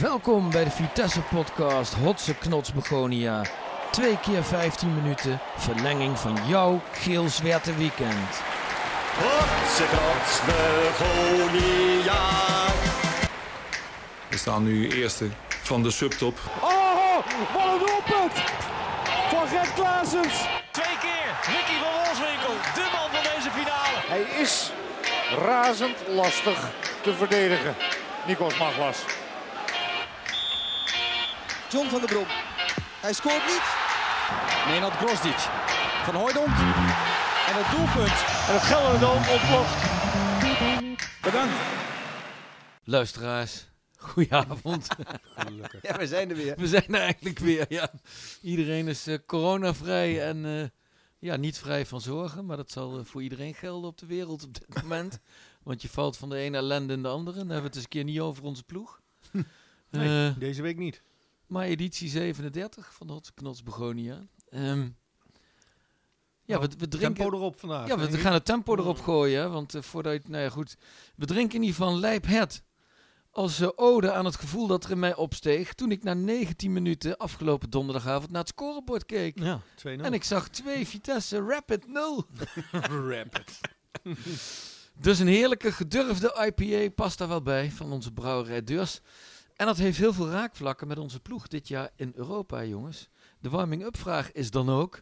Welkom bij de Vitesse Podcast Hotse Knots Begonia. Twee keer 15 minuten, verlenging van jouw geel zwerte weekend. Hotse knots begonia. We staan nu eerste van de subtop. Oh, wat een doelpunt! Van Gert Klaasens. Twee keer Ricky van Wolfswinkel, de man van deze finale. Hij is razend lastig te verdedigen. Nikos Maglas. John van der Brom. Hij scoort niet. Nenad Grosdic, Van Hooijdonk. En het doelpunt. En het Gelderdoom ontploft. Luisteraars, goedenavond. Ja, we zijn er weer. We zijn er eigenlijk weer. Ja. Iedereen is eh, coronavrij en eh, ja, niet vrij van zorgen. Maar dat zal eh, voor iedereen gelden op de wereld op dit moment. Want je valt van de ene ellende in de andere. Dan hebben we het eens een keer niet over onze ploeg. Eh, Deze week niet. Maar editie 37 van de Hotse Knots Begonia. Ehm, ja, we, we drinken... Nou, Tempo erop vandaag. Ja, we denk ik. gaan het tempo erop gooien. hè, Want eh, voordat je... Nou ja, goed. We drinken die van Lijp Het. Als eh, ode aan het gevoel dat er in mij opsteeg... toen ik na 19 minuten afgelopen donderdagavond naar het scorebord keek. Ja, 2-0. En ik zag twee Vitesse Rapid 0. rapid. Dus een heerlijke gedurfde IPA past daar wel bij van onze brouwerij Deurs. En dat heeft heel veel raakvlakken met onze ploeg dit jaar in Europa, jongens. De warming-up vraag is dan ook...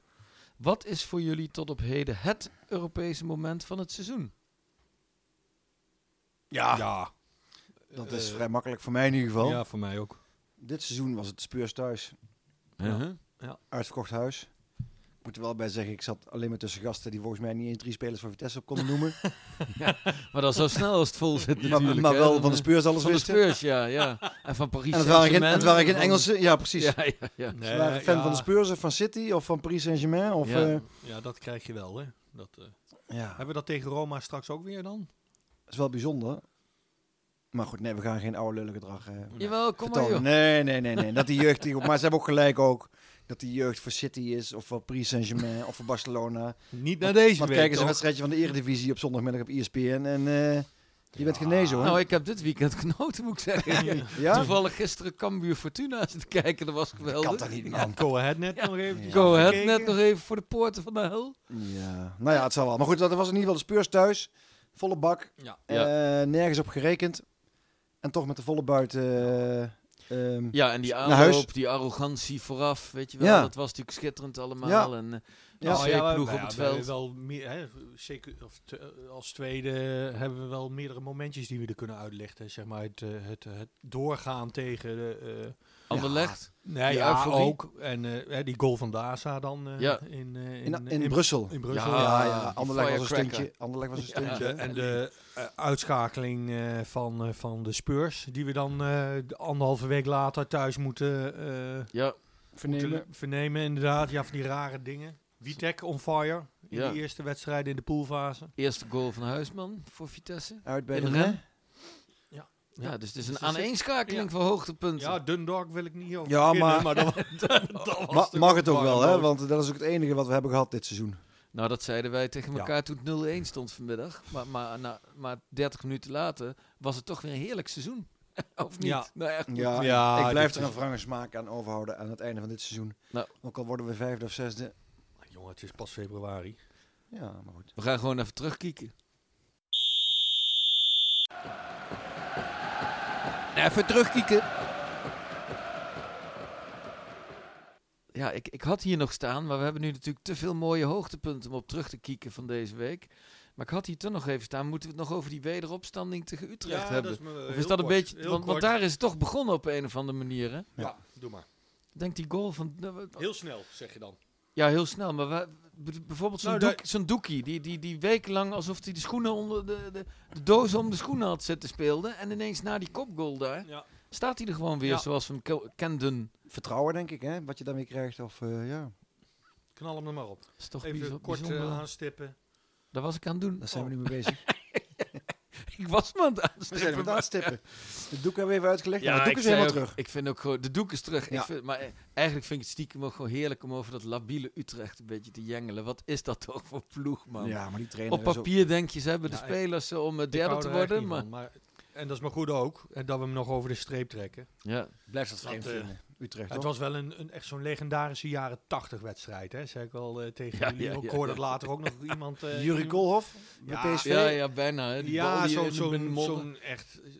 Wat is voor jullie tot op heden het Europese moment van het seizoen? Ja. Dat is Eh, vrij makkelijk voor mij in ieder geval. Ja, voor mij ook. Dit seizoen was het Speurs thuis. Uitverkocht huis. Ik moet er wel bij zeggen, ik zat alleen maar tussen gasten die volgens mij niet eens drie spelers van Vitesse op konden noemen. Maar dat is zo snel als het vol zit maar, natuurlijk. maar hè. wel Dan, van de eh, Speurs alles Van de wisten. Spurs, ja, ja. En van Paris En het waren, geen, Saint-Germain. het waren geen Van- Engelse. Ja, precies. Ja, ja, ja. Nee, Ze waren fan ja. van de Spurs of van City of van Paris Saint-Germain. Of, Ja. eh, Ja, dat krijg je wel, hè. Dat, eh, ja. Hebben we dat tegen Roma straks ook weer dan? Dat is wel bijzonder. Maar goed, nee, we gaan geen oude lullen gedrag eh, Jawel, kom maar vertonen. joh. Nee, nee, nee, nee. Dat die jeugd, die, maar ze hebben ook gelijk ook dat die jeugd voor City is of voor Paris Saint-Germain of voor Barcelona. Niet naar deze Want kijk week, eens een toch? wedstrijdje van de Eredivisie op zondagmiddag op ESPN en eh, je bent genezen hoor. Nou, ik heb dit weekend genoten, moet ik zeggen. ja? Toevallig gisteren Cambuur Fortuna zitten kijken, dat was geweldig. Kan dat niet man. En Go Ahead net nog even. Go ahead, afgekeken. net nog even voor de poorten van de hel. Ja. Nou ja, het zal wel. Maar goed, dat was in ieder geval de Spurs thuis. Volle bak. Ja. Eh, nergens op gerekend. En toch met de volle buit. eh, ehm, Ja, en die Naar huis. aanloop, die arrogantie vooraf, weet je wel. Ja. Dat was natuurlijk schitterend allemaal. Ja. En, eh, Ja. als Nou ja, we- ploeg nou op ja, het we hebben veld. Wel meer, hè, zeker, of te- eh, als tweede hebben we wel meerdere momentjes die we er kunnen uitlichten. Zeg maar het, eh, het, het doorgaan tegen de, eh, Anderlecht. Nee, Die ja, euforie. ook. En eh, hè, die goal van Daza dan eh, Ja. in, eh, in, in, Brussel. In Brussel. Ja. ja, Ah, die ja. Anderlecht was een firecracker. stuntje. Anderlecht was een Ja. stuntje. De- en de eh, uitschakeling eh, van, eh, van de Spurs, die we dan eh, de anderhalve week later thuis moeten, eh, Ja, Vernemen. moeten vernemen. Inderdaad, ja, van die rare dingen. Witek on fire in Ja. de eerste wedstrijd in de poolfase. eerste goal van Huisman voor Vitesse. Uit bij In de Rennes. Rennes. Ja, dus het is een Dus er zit- aaneenschakeling ja. van hoogtepunten. Ja, Dundalk wil ik niet over Ja, beginnen, maar- dat, dat was Ma- toch mag het ook een wel, hè? warme Want dat is ook het enige wat we hebben gehad dit seizoen. Nou, dat zeiden wij tegen Ja. elkaar toen het 0-1 stond vanmiddag. Maar, maar, na, maar 30 minuten later was het toch weer een heerlijk seizoen. of niet? Ja. Nou, ja, goed. Ja, Ja, ik blijf dit er een is- wrange smaak aan overhouden aan het einde van dit seizoen. Nou. Ook al worden we vijfde of zesde. boog. Jongen, het is pas februari. Ja, maar goed. We gaan gewoon even terugkieken. Even terugkieken. Ja, ik, ik had hier nog staan, maar we hebben nu natuurlijk te veel mooie hoogtepunten om op terug te kieken van deze week. Maar ik had hier toch nog even staan. Moeten we het nog over die wederopstanding tegen Utrecht hebben? of is eh, dat een beetje. Want, want daar is het toch begonnen op een of andere manier. Hè? Ja. Ja, doe maar. Ik Denk die goal van. Heel snel, zeg je dan. Ja, heel snel. Maar wa- b- bijvoorbeeld zo'n Nou, doek, daar- zo'n doekie, die, die, die wekenlang alsof hij de schoenen onder de, de, de dozen om de schoenen had zitten speelde. En ineens na die kopgoal daar Ja. staat hij er gewoon weer Ja. zoals we hem ke- kenden. Vertrouwen, denk ik, hè? Wat je daarmee krijgt. Of, eh, ja. Knal hem er maar op. Dat is toch bijzo- Even kort eh, Oh. bijzonder. aanstippen. Daar was ik aan het doen. Daar zijn we nu mee bezig. Ik was me aan het Oh. We zijn aanstippen. met aanstippen. Het doek hebben we even uitgelegd. Ja, ik het doek is zei helemaal ook- terug. Ik vind ook gewoon, de doek is terug. Ik Ja. vind- maar eh, eigenlijk vind ik het stiekem ook gewoon heerlijk om over dat labiele Utrecht een beetje te jengelen. Wat is dat toch voor ploeg, man? Ja, maar die trainer Op is ook- papier denk je, ze hebben de Ja, ik- spelers eh, om eh, Ik derde hou te er echt worden. niet Maar van, maar En dat is maar goed ook. En dat we hem nog over de streep trekken. Ja, Blijft dat Want, vreemd eh, vinden. Utrecht, Het toch? was wel een, een echt zo'n legendarische jaren tachtig wedstrijd. Hè? Zei ik wel eh, tegen Ja, jullie. ja, ook ja, ik hoorde ja. het later ook nog iemand... eh, Juri iemand- Koolhof bij Ja. PSV. ja, ja bijna. Hè. Die bal Ja, die in zo- de- in de zo'n modder. zo'n echt eh,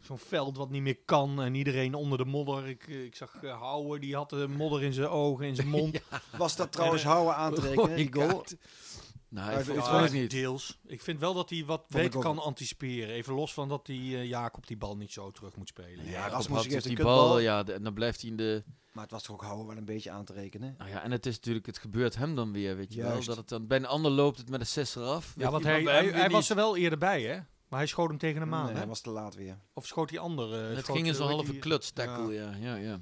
zo'n veld wat niet meer kan en iedereen onder de modder. Ik, eh, ik zag eh, Houwe, die had de modder in zijn ogen, in zijn mond. Was dat trouwens houden aan te rekenen, die Rode goal? kaart. Oh Nou, ik Maar vond het het Ja, wel was- niet. Deels. Ik vind wel dat hij wat Vond ik beter ook. kan anticiperen. Even los van dat die eh, Jacob die bal niet zo terug moet spelen. Ja, Als Rasmus geeft een die bal, kutbal. ja, de- en dan blijft hij in de... Maar het was toch ook houden wel een beetje aan te rekenen. Nou ja, en het is natuurlijk, het gebeurt hem dan weer, weet je wel. Juist. Dat het dan, bij een ander loopt het met een zes eraf. Ja, want wat hij, hij, hij was er wel eerder bij, hè? Maar hij schoot hem tegen hem aan, Nee, hè? hij was te laat weer. Of schoot die andere. Het ging in zo'n halve kluts tackle, Ja. ja. ja, ja,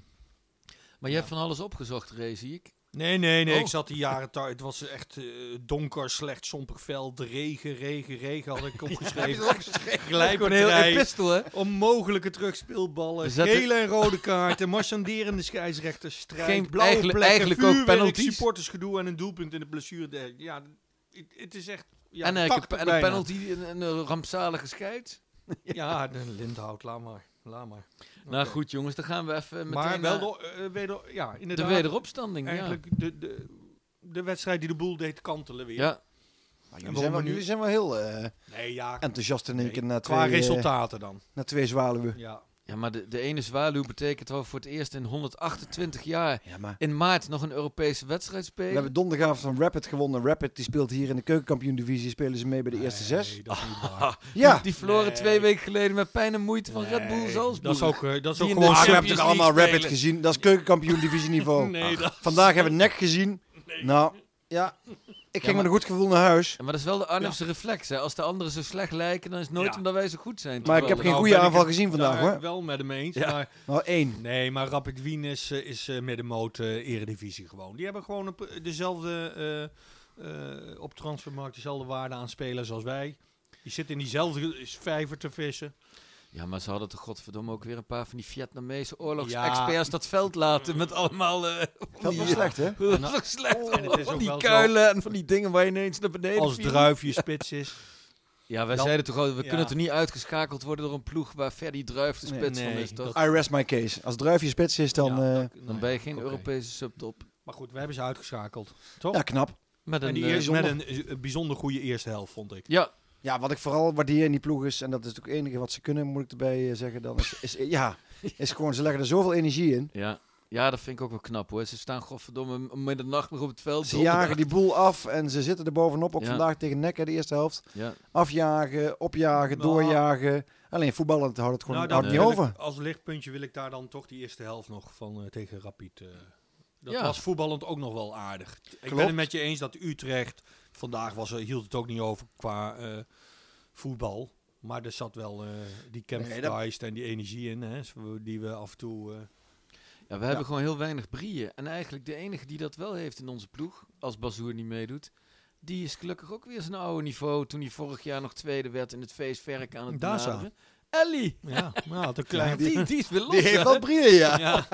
Maar je hebt van alles opgezocht, Ray, zie ik. Nee, nee, nee. Oh. Ik zat die jaren daar. Het was echt eh, donker, slecht, sompig veld. Regen, regen, regen had ik opgeschreven. Gewoon heel Glijpartij, epistel, hè? onmogelijke terugspeelballen, We zetten- gele en rode kaarten, marchanderende scheidsrechters, strijd, Geen- blauwe eigenlijk- plekken, eigenlijk ook vuurwerk, penalties. supportersgedoe en een doelpunt in de blessure. der- Ja, het- het is echt... Ja, en, eh, ik heb- 80 en een bijna. penalty, en en een rampzalige scheid. Ja, de Lindhout, laat maar. Laat maar. Nou Oké. goed, jongens, dan gaan we even meteen Maar wel naar door, eh, weder, ja, de inderdaad. wederopstanding. Ja. Eigenlijk de, de, de wedstrijd die de boel deed kantelen weer. ja, Maar En jullie, zijn wel, waarom nu- jullie zijn wel heel eh, Nee, ja. enthousiast in één nee, keer na twee, qua eh, resultaten dan. na twee zwaluwen. Ja. ja, maar de, de ene zwaluw betekent al voor het eerst in 128 jaar Ja, maar in maart nog een Europese wedstrijd we spelen. hebben donderdagavond van Rapid gewonnen. Rapid die speelt hier in de keukenkampioen-divisie. Spelen ze mee bij de eerste zes. Nee, dat is niet Ah, waar. Ja, Die verloren Nee. twee weken geleden met pijn en moeite van Red Bull Nee, Salzburg. Dat is ook, eh, dat is ook Die in de gewoon... maar je hebt Champions toch allemaal League Rapid spelen. gezien? Dat is keukenkampioen-divisieniveau. Nee, dat- Vandaag hebben we NEC gezien. Nou, ja. Ik ging maar- met een goed gevoel naar huis. Ja, Maar dat is wel de Arnhemse reflex. Hè? Als de anderen zo slecht lijken, dan is het nooit Ja. omdat wij zo goed zijn. Maar ik heb toevallig. geen Nou, goede ben ik aanval het gezien vandaag, daar hoor. wel met hem eens. Ja. Maar, Nou, één. nee, maar Rapid Wien is, eh, is eh, middenmoot eh, eredivisie gewoon. Die hebben gewoon op, eh, dezelfde... eh, eh, op transfermarkt dezelfde waarde aan spelers als wij. Die zitten in diezelfde vijver te vissen. Ja, maar ze hadden toch godverdomme ook weer een paar van die Vietnamese oorlogsexperts dat veld laten. Met allemaal... eh, Dat was slecht, hè? dat was toch slecht. en het is van ook Oh, die wel zo- kuilen en van die dingen waar je ineens naar beneden Als viel. druifje spits is. Ja, wij Dan- zeiden toch al, we ja. kunnen toch niet uitgeschakeld worden door een ploeg waar Ferdi Druif de Nee, spits van nee, is, toch? dat- I rest my case. Als druifje spits is, dan... Ja, eh, dat- nou Dan ben je ja, geen oké. Europese subtop. Maar goed, we hebben ze uitgeschakeld. Toch? ja, knap. Met en een, die eh, eerst met een eh, een bijzonder goede eerste helft, vond ik. ja, Ja, wat ik vooral waardeer in die ploeg is, en dat is natuurlijk het enige wat ze kunnen, moet ik erbij eh, zeggen, dan is, is, ja, is gewoon, ze leggen er zoveel energie in. Ja. ja, dat vind ik ook wel knap hoor. Ze staan godverdomme om middernacht nog op het veld. Ze donderdag. jagen die boel af en ze zitten er bovenop, ook Ja. vandaag tegen Nek in de eerste helft. Ja. Afjagen, opjagen, Nou. doorjagen. Alleen voetballen het houdt het gewoon daar houdt dat niet Nou, eh, wil over. ik- als lichtpuntje wil ik daar dan toch die eerste helft nog van eh, tegen Rapid. eh, dat Ja. was voetballend ook nog wel aardig. Ik ben Klopt. het met je eens dat Utrecht vandaag was, er- hield het ook niet over qua eh, voetbal. Maar er zat wel eh, die Nee, campfire dat- en die energie in, hè, zo- die we af en toe... eh, ja, we hebben gewoon heel weinig brieën. En eigenlijk de enige die dat wel heeft in onze ploeg, als Bazoer niet meedoet, die is gelukkig ook weer zijn oude niveau toen hij vorig jaar nog tweede werd in het feestwerk aan het Daza. benaderen. Ellie, ja, nou, had een klein... die, die is weer los. Die heeft hè? wel brillen, ja. Ja,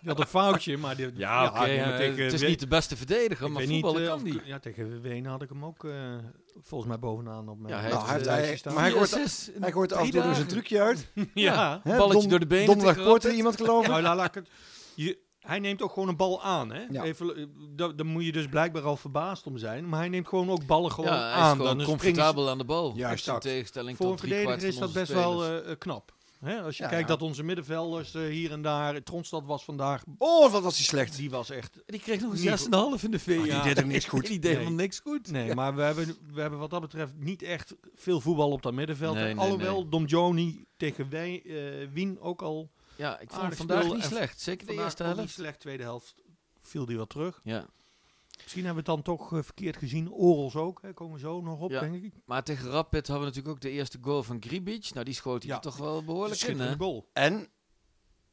die had een foutje, maar... Die, Ja, oké. die ja, moet ik, eh, het is we- niet de beste verdediger, Ik maar weet niet, voetballen eh, kan of- die. Ja, tegen Wenen had ik hem ook eh, volgens mij bovenaan op mijn Ja, hij Nou, hij heeft, heeft, eh, hij, maar hij Vier gooit, assists in hij gooit af en drie toe nog zijn dagen. trucje uit. ja. Hè, Balletje don- door de benen Donderdag tikken poortte altijd. iemand geloof ik. Nou, laat, laat ik het. Je, hij neemt ook gewoon een bal aan, hè? Ja. Even, eh, da- daar moet je dus blijkbaar al verbaasd om zijn. Maar hij neemt gewoon ook ballen gewoon ja, hij is aan. gewoon dan comfortabel aan de bal. Juist. Juist. In tegenstelling Voor een tot drie kwart verdediger van is dat onze best spelers. wel eh, eh, knap. Hè? Als je Ja, kijkt ja. dat onze middenvelders eh, hier en daar... Tronstad was vandaag... Oh, wat was hij slecht. eh, Die was echt... Die kreeg nog Niet een 6,5 in de VA. die deed ook niks goed. Die deed Nee. helemaal niks goed. Nee, maar we hebben, we hebben wat dat betreft niet echt veel voetbal op dat middenveld. Nee, En nee, Alhoewel Dom Joni tegen wij, eh, Wien ook al Ja, ik vond Aardig vandaag spul niet en slecht. Zeker de Vandaag eerste ook niet helft. slecht, tweede helft viel die wat terug. Ja. Misschien hebben we het dan toch eh, verkeerd gezien. Orels ook, hè, komen we zo nog op, Ja. denk ik. Maar tegen Rapid hadden we natuurlijk ook de eerste goal van Gribic. Nou, die schoot hij Ja. er toch wel behoorlijk in, hè? Schitterende goal. En,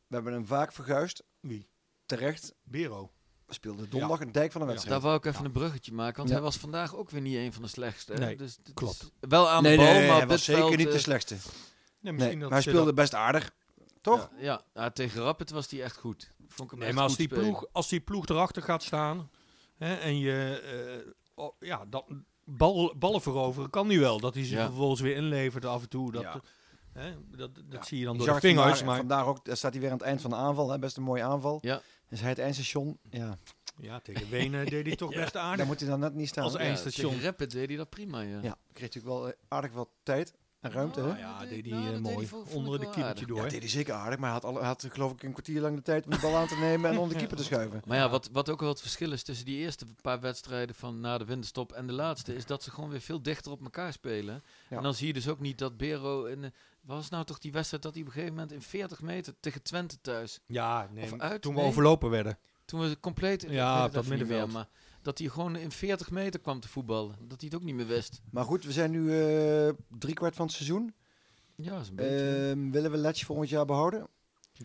we hebben hem vaak verguisd. Wie? Terecht Bero. speelde donderdag een dijk van de Ja. wedstrijd. Daar wou ik even een bruggetje maken, want Ja. hij was vandaag ook weer niet een van de slechtste. hè? Nee, dus het is klopt. Wel aan de nee, bal, nee, maar hij op was dit zeker veld, niet de eh, slechtste. Nee, Nee, misschien dat maar hij ze speelde dat- best aardig, toch? Ja, ja, nou, tegen Rapid was hij echt goed. Vond ik hem Nee, echt maar als goed die, spelen. ploeg, als die ploeg erachter gaat staan hè, en je... eh, oh, ja, dat, bal, ballen veroveren kan die wel. Dat hij ze Ja. vervolgens weer inlevert af en toe. Dat, eh, Ja. Hè? Dat, dat zie je dan door Bizar, de vingers. vandaar- Maar Vandaar ook, daar staat hij weer aan het eind van de aanval. Hè? Best een mooie aanval. Ja. Is hij het eindstation? Ja. ja, tegen Wenen deed hij toch best Daar aardig. moet hij dan net niet staan. Als ja. eind- eindstation. tegen Rapid deed hij dat prima, ja. Ja, kreeg natuurlijk wel eh, aardig wat tijd en ruimte. hè? Nou ja, deed hij Nou, eh, dat deed hij mooi vo- vond onder ik de wel keepertje aardig. door. Ja, dat deed hij zeker aardig, maar hij had, alle- had geloof ik een kwartier lang de tijd om de bal aan te nemen en onder de keeper te schuiven. Maar ja, wat, wat ook wel het verschil is tussen die eerste paar wedstrijden van na de winterstop en de laatste, is dat ze gewoon weer veel dichter op elkaar spelen. Ja. En dan zie je dus ook niet dat Bero. In, eh, was nou toch die wedstrijd dat hij op een gegeven moment in 40 meter tegen Twente thuis. Ja, nee, Of uit, toen we nee. overlopen werden. Toen we compleet. ik Ja, weet het op dat even niet meer, middenveld. Maar dat hij gewoon in 40 meter kwam te voetballen. Dat hij het ook niet meer wist. Maar goed, we zijn nu eh drie kwart van het seizoen. Ja, dat is een Eh, beetje. Ehm, willen we Letje volgend jaar behouden?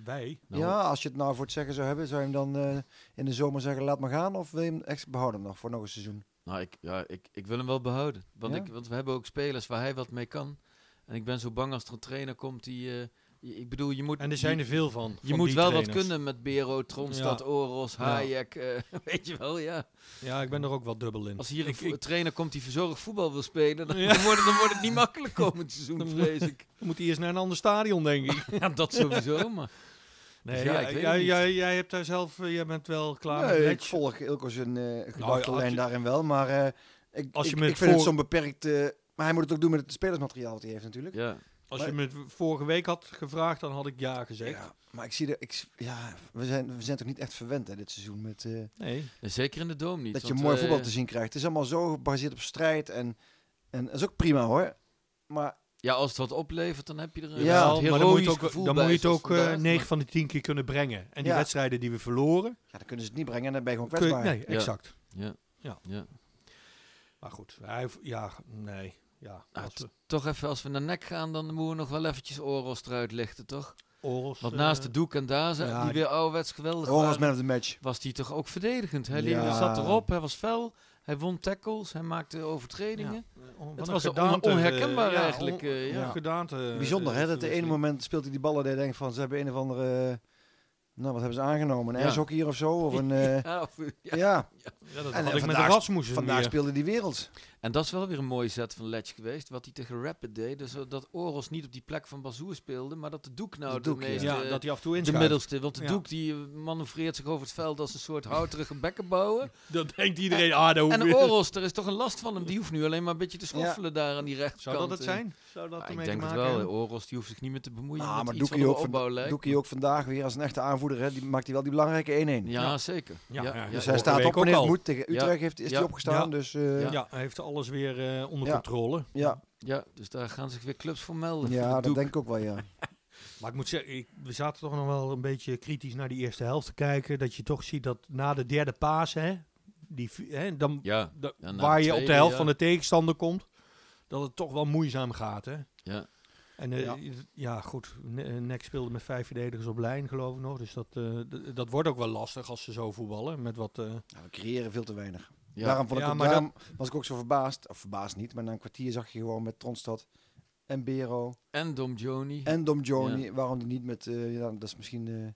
Wij? Nou, Ja, als je het nou voor het zeggen zou hebben, zou je hem dan eh, in de zomer zeggen laat maar gaan? Of wil je hem echt behouden nog voor nog een seizoen? Nou, ik, ja, ik, ik wil hem wel behouden. Want, Ja? ik, want we hebben ook spelers waar hij wat mee kan. En ik ben zo bang als er een trainer komt die. eh, je- ik bedoel, je moet. En er zijn je- er veel van. Je van moet die wel wat trainers. kunnen met Bero, Tronstad, Ja. Oros, Ja. Hayek. eh, weet je wel, ja. Ja, ik ben er ook wel dubbel in. Als hier een ik, vo- ik trainer komt die verzorgd voetbal wil spelen, dan, Ja. dan wordt, het, dan wordt het niet makkelijk komend seizoen, vrees ik. moet eerst naar een ander stadion, denk ik. Ja, dat sowieso, maar... Nee, ja, ja, ik weet jij- het niet. jij- jij hebt daar zelf, eh, jij bent wel klaar Nee, met ik Letch. volg Ilko zijn eh Nou ja, als gedachtenlijn je- daarin wel, maar eh, ik, Als je ik, met ik vind het voor- zo'n beperkt... eh, maar hij moet het ook doen met het spelersmateriaal dat hij heeft natuurlijk. Ja. Als je me het vorige week had gevraagd, dan had ik ja gezegd. Ja, maar ik zie er, ik, s- ja, we zijn, we zijn toch niet echt verwend hè, dit seizoen met eh, Nee. En Zeker in de Dome niet. dat je want, mooi eh, voetbal te zien krijgt. Het is allemaal zo gebaseerd op strijd en, en dat is ook prima hoor. Maar Ja, als het wat oplevert, dan heb je er een Ja, ja, Wel, maar dan moet je het ook, dan moet je het ook eh, negen. negen van de tien keer kunnen brengen. En die Ja. wedstrijden die we verloren, ja, dan kunnen ze het niet brengen en dan ben je gewoon kun je, kwetsbaar. nee, Ja. exact. Ja. Ja. Ja. Maar goed, hij, ja, nee. Ja, Nou, als t- we toch even, als we naar nek gaan, dan moeten we nog wel eventjes Oros eruit lichten, toch? Oros... Want eh, naast de Doek en Daza, die ja, die- weer ouderwets geweldig Gewoon als waren, man of the match. was hij toch ook verdedigend. Hij Ja. liep- hij zat erop, hij was fel, hij won tackles, hij maakte overtredingen. on- wat Het een was on- gedaante, eh, onherkenbaar ja, eigenlijk, on- eh, ja. ongedaante, Bijzonder eh, hè, dat de ene verwisseling. moment speelt hij die ballen en je denkt van ze hebben een of andere, eh, nou wat hebben ze aangenomen, een Ja. ijshockey of zo? Of een, eh, Ja, of- ja. ja. Ja, En, dat had eh, ik met vandaag- Rasmussen vandaag weer. speelde die wereld. En dat is wel weer een mooie set van Letch geweest, wat hij tegen Rapid deed. Dus eh, dat Oros niet op die plek van Bazoer speelde, maar dat de Doek nou De de, Doek, ja. meest... Ja, eh, dat hij af en toe de inschuift. middelste, want de Ja. Doek die eh, manoeuvreert zich over het veld als een soort houterige bekkenbouwer. Dat denkt iedereen, ah, dat En Oros, er is toch een last van hem. Die hoeft nu alleen maar een beetje te schoffelen daar aan die rechterkant. Zou dat het eh. zijn? Zou dat Ah, ik ermee denk te het maken wel. hebben? Oros die hoeft zich niet meer te bemoeien Ah, met maar iets Doekie wat ook, op opbouw van, lijkt. Doekie ook vandaag weer als een echte aanvoerder. Hè, die maakt hij wel die belangrijke 1-1. Ja, zeker. Ja, Ja, ja, ja. dus ja. hij vorige staat week op en ook heeft al. moed. Tegen Utrecht Ja. heeft, is Ja. hij opgestaan. Ja. Dus eh, Ja. ja, hij heeft alles weer eh, onder Ja. controle. ja. Ja, dus daar gaan zich weer clubs voor melden. ja Voor de dat Doek. denk ik ook wel, ja. Maar ik moet zeggen, ik- we zaten toch nog wel een beetje kritisch naar die eerste helft te kijken. Dat je toch ziet dat na de derde paas, hè, die, vi- hè, dan, Ja, da- Ja, na waar de je op de tweede, helft ja. van de tegenstander komt, dat het toch wel moeizaam gaat. Hè? Ja. En eh, Ja. ja. goed, eh, Nek speelde met vijf verdedigers op lijn, geloof ik nog. Dus dat, eh, d- dat wordt ook wel lastig als ze zo voetballen. Met wat, eh, Ja, we creëren veel te weinig. Ja. Daarom, vond ik Ja, ook- maar daarom was ik ook zo verbaasd. Of verbaasd niet, maar na een kwartier zag je gewoon met Tronstad en Bero En Dom Joni. en Dom Joni. Waarom die niet met, eh, ja, dat is misschien, eh,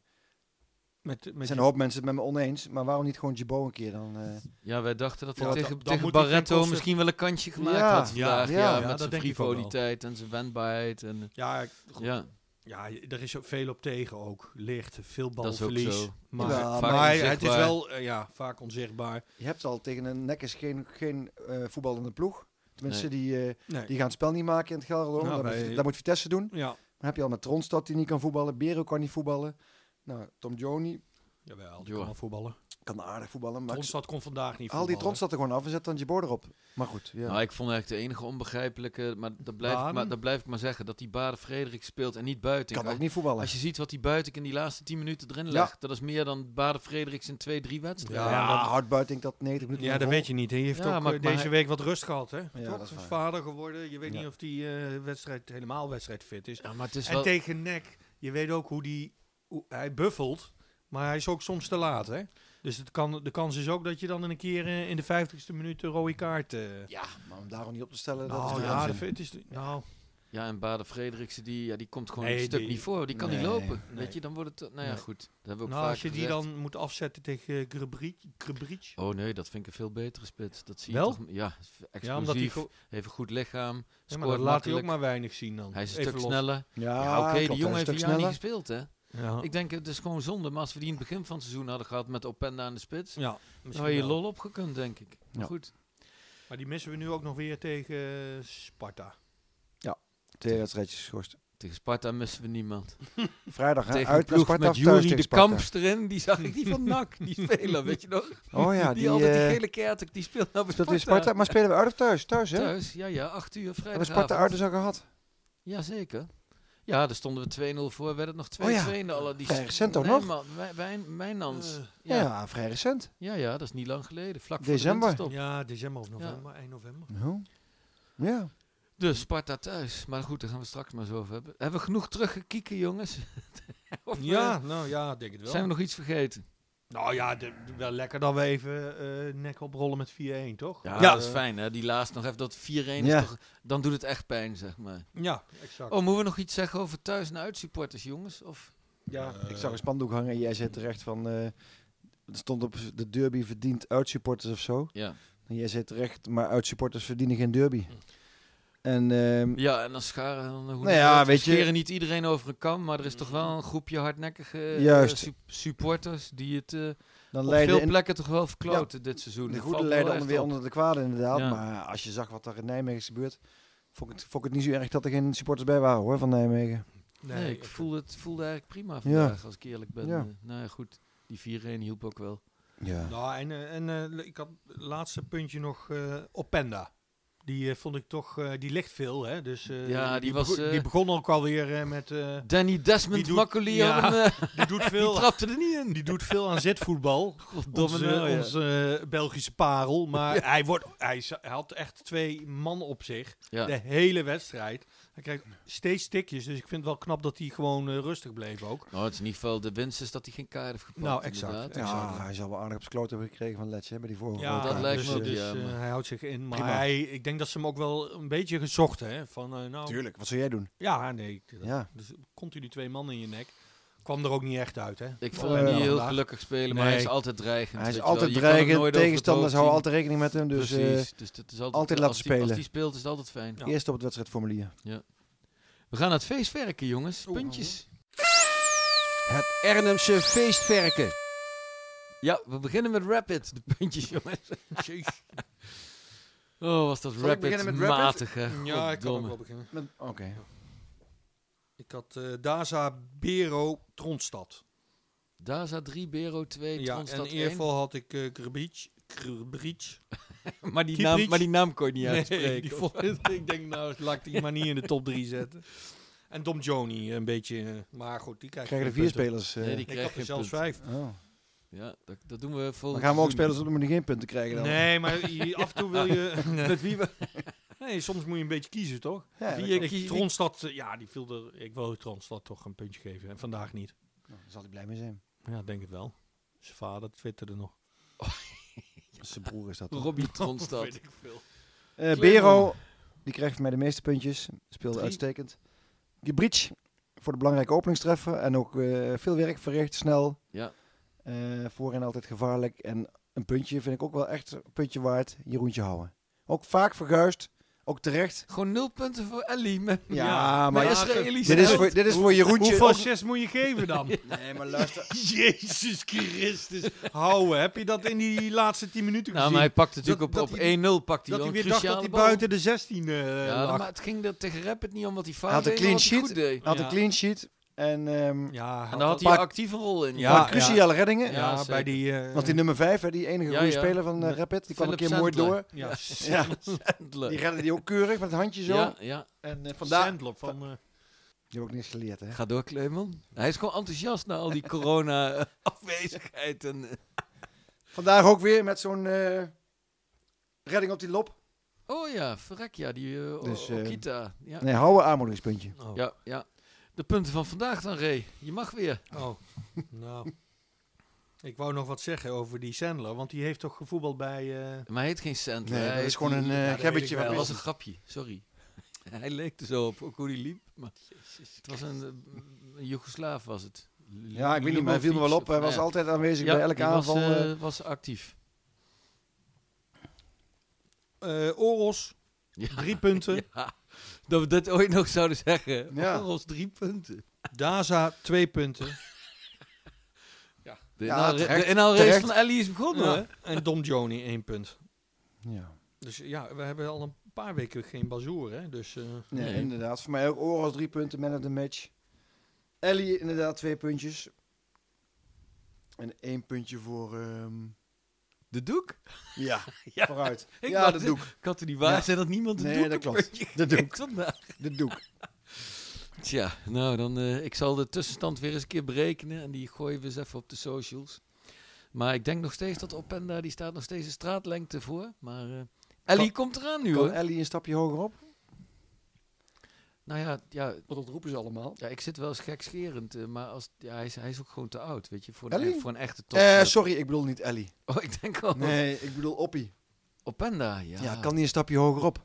met, er met zijn een hoop mensen het met me oneens. Maar waarom niet gewoon Jabo een keer dan? eh? Ja, wij dachten dat hij Ja, tegen, dan- dan tegen moet hij ten Barretto koste- misschien wel een kantje gemaakt Ja, had vandaag. ja, Ja, ja. Ja, met dat zijn denk ik ook wel. frivoliteit en zijn wendbaarheid. En, ja, ik- goed. ja, Ja, er is ook veel op tegen ook. Licht, veel dat is ook balverlies. zo. Maar, Ja, maar, vaak het is onzichtbaar. wel eh, ja, vaak onzichtbaar. Je hebt al tegen een nek is geen, geen eh, voetballende ploeg. Tenminste, die, eh, Nee. die gaan het spel niet maken in het Gelderland. Nou, dat, wij- moet, dat moet Vitesse doen. Ja, Dan heb je al met Tronstad die niet kan voetballen. Bero kan niet voetballen. Nou, Tom Joni jawel, die Joh. kan wel voetballen. kan aardig voetballen. Maar ik- Tronstad kon haal vandaag niet die voetballen. Tronstad er gewoon af en zet dan Jabo erop. Maar goed, ja. Nou, ik vond eigenlijk de enige onbegrijpelijke, maar dat blijf, ik Baden? maar, dat blijf ik maar zeggen, dat die Baden Frederik speelt en niet buiten. kan Als- ook niet voetballen. Als je ziet wat die buiten in die laatste 10 minuten erin legt, dat is meer dan Baden Fredericks in 2-3 wedstrijden. Ja, Ja, dan- hard buiten denk ik dat 90 minuten. Ja, dat weet je niet. hè. Hij heeft Ja, ook maar- eh, maar deze hij- week wat rust gehad. Hè? dat Toch? is Hij is waar. vader geworden. Je weet Ja. niet of die eh, wedstrijd helemaal wedstrijdfit is. Ja, maar het is en wel... tegen Nek, je weet ook hoe die... Hoe, hij buffelt, maar hij is ook soms te laat. Hè? Dus het kan, de kans is ook dat je dan in een keer eh, in de vijftigste minuut een rode kaart... eh Ja, maar om daarom niet op te stellen. nou, dat is ja, ja, dat vind- het is, nou, Ja, en Bader Frederiksen, die, ja, die komt gewoon Nee, een stuk die- niet voor. Die kan niet Nee. lopen. Nee. Weet je, dan wordt het... Nou ja, Nee. goed. Dat hebben we ook Nou, vaak als je die gezegd. dan moet afzetten tegen eh, Grubric. Oh nee, dat vind ik een veel betere spits. Dat zie Wel? je toch... Ja, explosief, Ja, omdat die ko- heeft een goed lichaam, Ja, maar scoort dat laat hij ook makkelijk. maar weinig zien dan. Hij is een Even stuk los. sneller. Ja, ja, oké, klopt, die hij jongen is heeft een een stuk jaar niet sneller. gespeeld, hè? Ja. Ik denk, het is gewoon zonde. Maar als we die in het begin van het seizoen hadden gehad met Openda aan de spits... ja, dan misschien had je wel. lol opgekund, denk ik. Maar Ja. goed. Maar die missen we nu ook nog weer tegen eh, Sparta. Twee wedstrijdjes geschorst. Tegen Sparta missen we niemand. Vrijdag hè? tegen een uit naar ploeg Sparta met of thuis Jury tegen de Sparta? Kamps erin. Die zag ik, die van NAC. Die speler, weet je nog? Oh ja, die, die, altijd die eh, gele kerk, die speelt nou bij Speelt weer Sparta, maar spelen we uit of thuis? Thuis hè? Thuis, ja, ja, acht uur Hebben vrijdag. we Sparta uit dus al gehad? Jazeker. Ja, daar stonden we 2-0 voor, werd het nog 2-2 Oh ja. in de alle die Vrij recent toch Nee, nog? man, Wij- Wij- Wijnands. Eh, Ja, ja. Ja. vrij recent. ja, dat is niet lang geleden. Vlak voor December. de winterstop. Ja, december of november, eind november. Nou, Ja. Dus Sparta thuis. Maar goed, daar gaan we straks maar zo over hebben. Hebben we genoeg teruggekieken, jongens? Of, Ja, nou ja, ik denk het eh, wel. zijn we nog iets vergeten? Nou ja, de- wel lekker dat we even eh nek oprollen met 4-1, toch? Ja, dat is fijn, hè? Die laatst nog even dat 4-1 is Ja. toch... Dan doet het echt pijn, zeg maar. Ja, exact. Oh, moeten we nog iets zeggen over thuis- en uitsupporters, jongens? Of... ja. ik zag een spandoek hangen en jij zei terecht van... eh, er stond op de derby verdient uitsupporters of zo. Ja. En jij zei terecht, maar uitsupporters verdienen geen derby. Hm. En ehm, ja, en dan scharen... Dan, hoe Nou ja, dan ook, we weet je- scheren niet iedereen over een kam, maar er is toch wel een groepje hardnekkige eh, Juist. eh, sup- supporters die het... eh, dan op veel leiden in- plekken toch wel verkloten dit seizoen. de Dat goede valt me leiden wel onder, echt weer op. onder de kwade inderdaad. Ja. Maar als je zag wat er in Nijmegen is gebeurd... Vond ik, het, vond ik het niet zo erg dat er geen supporters bij waren hoor, van Nijmegen. Nee, ik voelde het voelde eigenlijk prima Ja. vandaag, als ik eerlijk ben. Ja. Eh, nou ja, goed. Die 4-1 hielp ook wel. Ja. Nou, en, eh, en eh, ik had het laatste puntje nog eh Openda. Die eh, vond ik toch, eh, die ligt veel, hè? Dus, eh, Ja, die was, bego- eh, die begon ook alweer eh, met. eh, Danny Die Desmond doet- Macaulay ja. had hem, eh, die doet die veel. trapte er niet in. Die doet veel aan zitvoetbal. Onze, ja. onze eh, Belgische parel. Maar hij, wordt, hij, za- hij had echt twee man op zich. Ja. De hele wedstrijd. Hij krijgt steeds tikjes. Dus ik vind het wel knap dat hij gewoon eh, rustig bleef ook. Nou, het is in ieder geval de winst is dat hij geen kaart heeft gepakt. Nou, exact, inderdaad. exact. Ja, hij zal wel aardig op zijn kloot hebben gekregen van Letje, hè, bij die vorige Ja, dat grote. lijkt dus, me ook, dus, ja, eh, maar- hij houdt zich in. Maar Prima. hij, ik denk dat ze hem ook wel een beetje gezocht hebben. Van, eh, dus- nou, Tuurlijk, wat zou jij doen? ja, ah, nee. ik- dat- Ja. Dus continu twee man in je nek. Kwam er ook niet echt uit, hè? Ik Eh, vond hem niet heel vandaag. gelukkig spelen, maar hij is Nee. altijd dreigend. Hij weet is je wel. altijd Je kan hem nooit dreigend, over het tegenstanders hoofd houden zien. altijd rekening met hem. Dus eh, Precies. dus dat is altijd, altijd laten als die- Als spelen. die speelt is het altijd fijn. Ja. eerst op het wedstrijdformulier. We gaan naar het feest werken, jongens. Puntjes. Het Ernemse feestverken. Ja, we beginnen met Rapid. De puntjes, jongens. Oh, was dat ik Rapid beginnen met Rapid? matig, hè? Ja, ik kan ook Goddomme. wel beginnen. Oké. Ik had eh, Daza, Bero, Tronstad. Daza 3, Bero 2, Ja, en Tronstad in 1. ieder geval had ik eh Grubic. Grubic. Maar die, Kieprits. naam, maar die naam kon je niet Nee, uitspreken. die of? vond- ik denk nou, laat ik die maar niet in de top 3 zetten. En Dom Joni een beetje, eh, maar goed, die krijgt Krijgen er geen vier punten. spelers. eh, Nee, die Ik krijgt had er geen zelfs punt. vijf. oh. Ja, dat, dat doen we Dan volgend gaan we seizoen. ook spelers op om die geen punten krijgen dan. Nee, maar je- af en toe wil je... Met wie Nee, soms moet je een beetje kiezen, toch? Ja, Wie dan je Ik- kiest- Tronstad, eh, ja, die viel er... Ik wil Tronstad toch een puntje geven. En vandaag niet. Nou, daar zal hij blij mee zijn. Ja, denk het wel. Zijn vader twitterde nog. Zijn broer is dat. toch? Robbie Tronstad. Oh, Weet ik veel. Eh, Bero, die krijgt van mij de meeste puntjes. Speelde uitstekend. Gebrich voor de belangrijke openingstreffer. En ook eh, veel werk verricht, snel. Ja. Eh, voorin altijd gevaarlijk. En een puntje vind ik ook wel echt een puntje waard. Jeroentje houden. Ook vaak verguist. Ook terecht. Gewoon nul punten voor Ellie. Met Ja, Ja, maar met ja, Israëlische dit, is held. voor, dit is voor Jeroentje. Hoeveel ook- zes moet je geven dan? Nee, maar luister. Jezus Christus. Hou, heb je dat in die laatste 10 minuten Nou, gezien? maar hij pakt natuurlijk Dat- op, dat op hij- 1-0 pakt hij dat wel hij een weer dacht dat cruciale hij bal. buiten de 16 eh Ja, lag. maar het ging er tegen Rapid niet om wat hij fout Hij had een deed, maar clean wat hij goed sheet. deed. Had Ja. een clean sheet. En ehm Ja, En daar had dat- hij een Pak- actieve rol in. Ja, ja, cruciale reddingen. ja, Ja, bij zeker. die... eh, Want die nummer 5, die enige Ja, goede ja. speler van eh, Met Rapid, die kwam een keer Philip mooi Sandler. door. ja, Ja, Sandler. die redde die ook keurig met het handje zo. Ja, ja. En eh, vandaag... vandaag, van... eh, die heb ik niks geleerd hè. Ga door, Clemon. Hij is gewoon enthousiast na al die corona-afwezigheid. En, eh, Vandaag ook weer met zo'n eh, redding op die lop. oh ja, verrek ja, die eh, O- Dus, eh, Okita. Ja. Nee, houden aanmoedigingspuntje. oh. ja, ja. De punten van vandaag dan, Ray. Je mag weer. Oh, nou. Ik wou nog wat zeggen over die Sandler, want die heeft toch gevoetbald bij... eh, Maar hij heet geen cent. Nee, dat is gewoon een eh, dat weet gebbetje ik van Dat wel. was een mensen. grapje, sorry. hij leek er zo op, ook hoe hij liep. Maar het was een, eh, een Joegoslaaf was het. Ja, ik weet niet, maar hij viel me wel op. Hij was altijd aanwezig bij elke die aanval. Was, eh, eh, was actief. Eh, Oros, Ja. drie punten. Ja, dat we dat ooit nog zouden zeggen. Ja. Ja. Oros drie punten. Daza, twee punten. De, Ja, inhaalra- terecht, de inhaalrace terecht. van Ellie is begonnen. Ja, Hè? En Dom Joni, één punt. ja. Dus ja, we hebben al een paar weken geen bazoer, hè? Dus eh, Nee, Nee. inderdaad. Voor mij ook Oros drie punten, man of the match. Ellie inderdaad twee puntjes. En één puntje voor... ehm, De doek? ja, Ja. vooruit. Ik ja, dacht de het. doek. Ik had er niet waar Ja. zijn dat niemand de Nee, doek een dat klopt. puntje De doek. geeft vandaag. De doek. Tja, nou dan, eh, ik zal de tussenstand weer eens een keer berekenen. En die gooien we eens even op de socials. Maar ik denk nog steeds dat Openda, die staat nog steeds een straatlengte voor. Maar eh Ellie komt eraan nu Kan hoor. Ellie een stapje hoger op? Nou ja, ja, Want dat roepen ze allemaal. ja, ik zit wel eens gekscherend. eh, maar als, ja, hij, is, hij is ook gewoon te oud, weet je. Voor, Ellie? een, e- voor een echte top. Eh, sorry, ik bedoel niet Ellie. oh, ik denk al. Nee, ik bedoel Oppie. Openda, ja. Ja, kan die een stapje hoger op?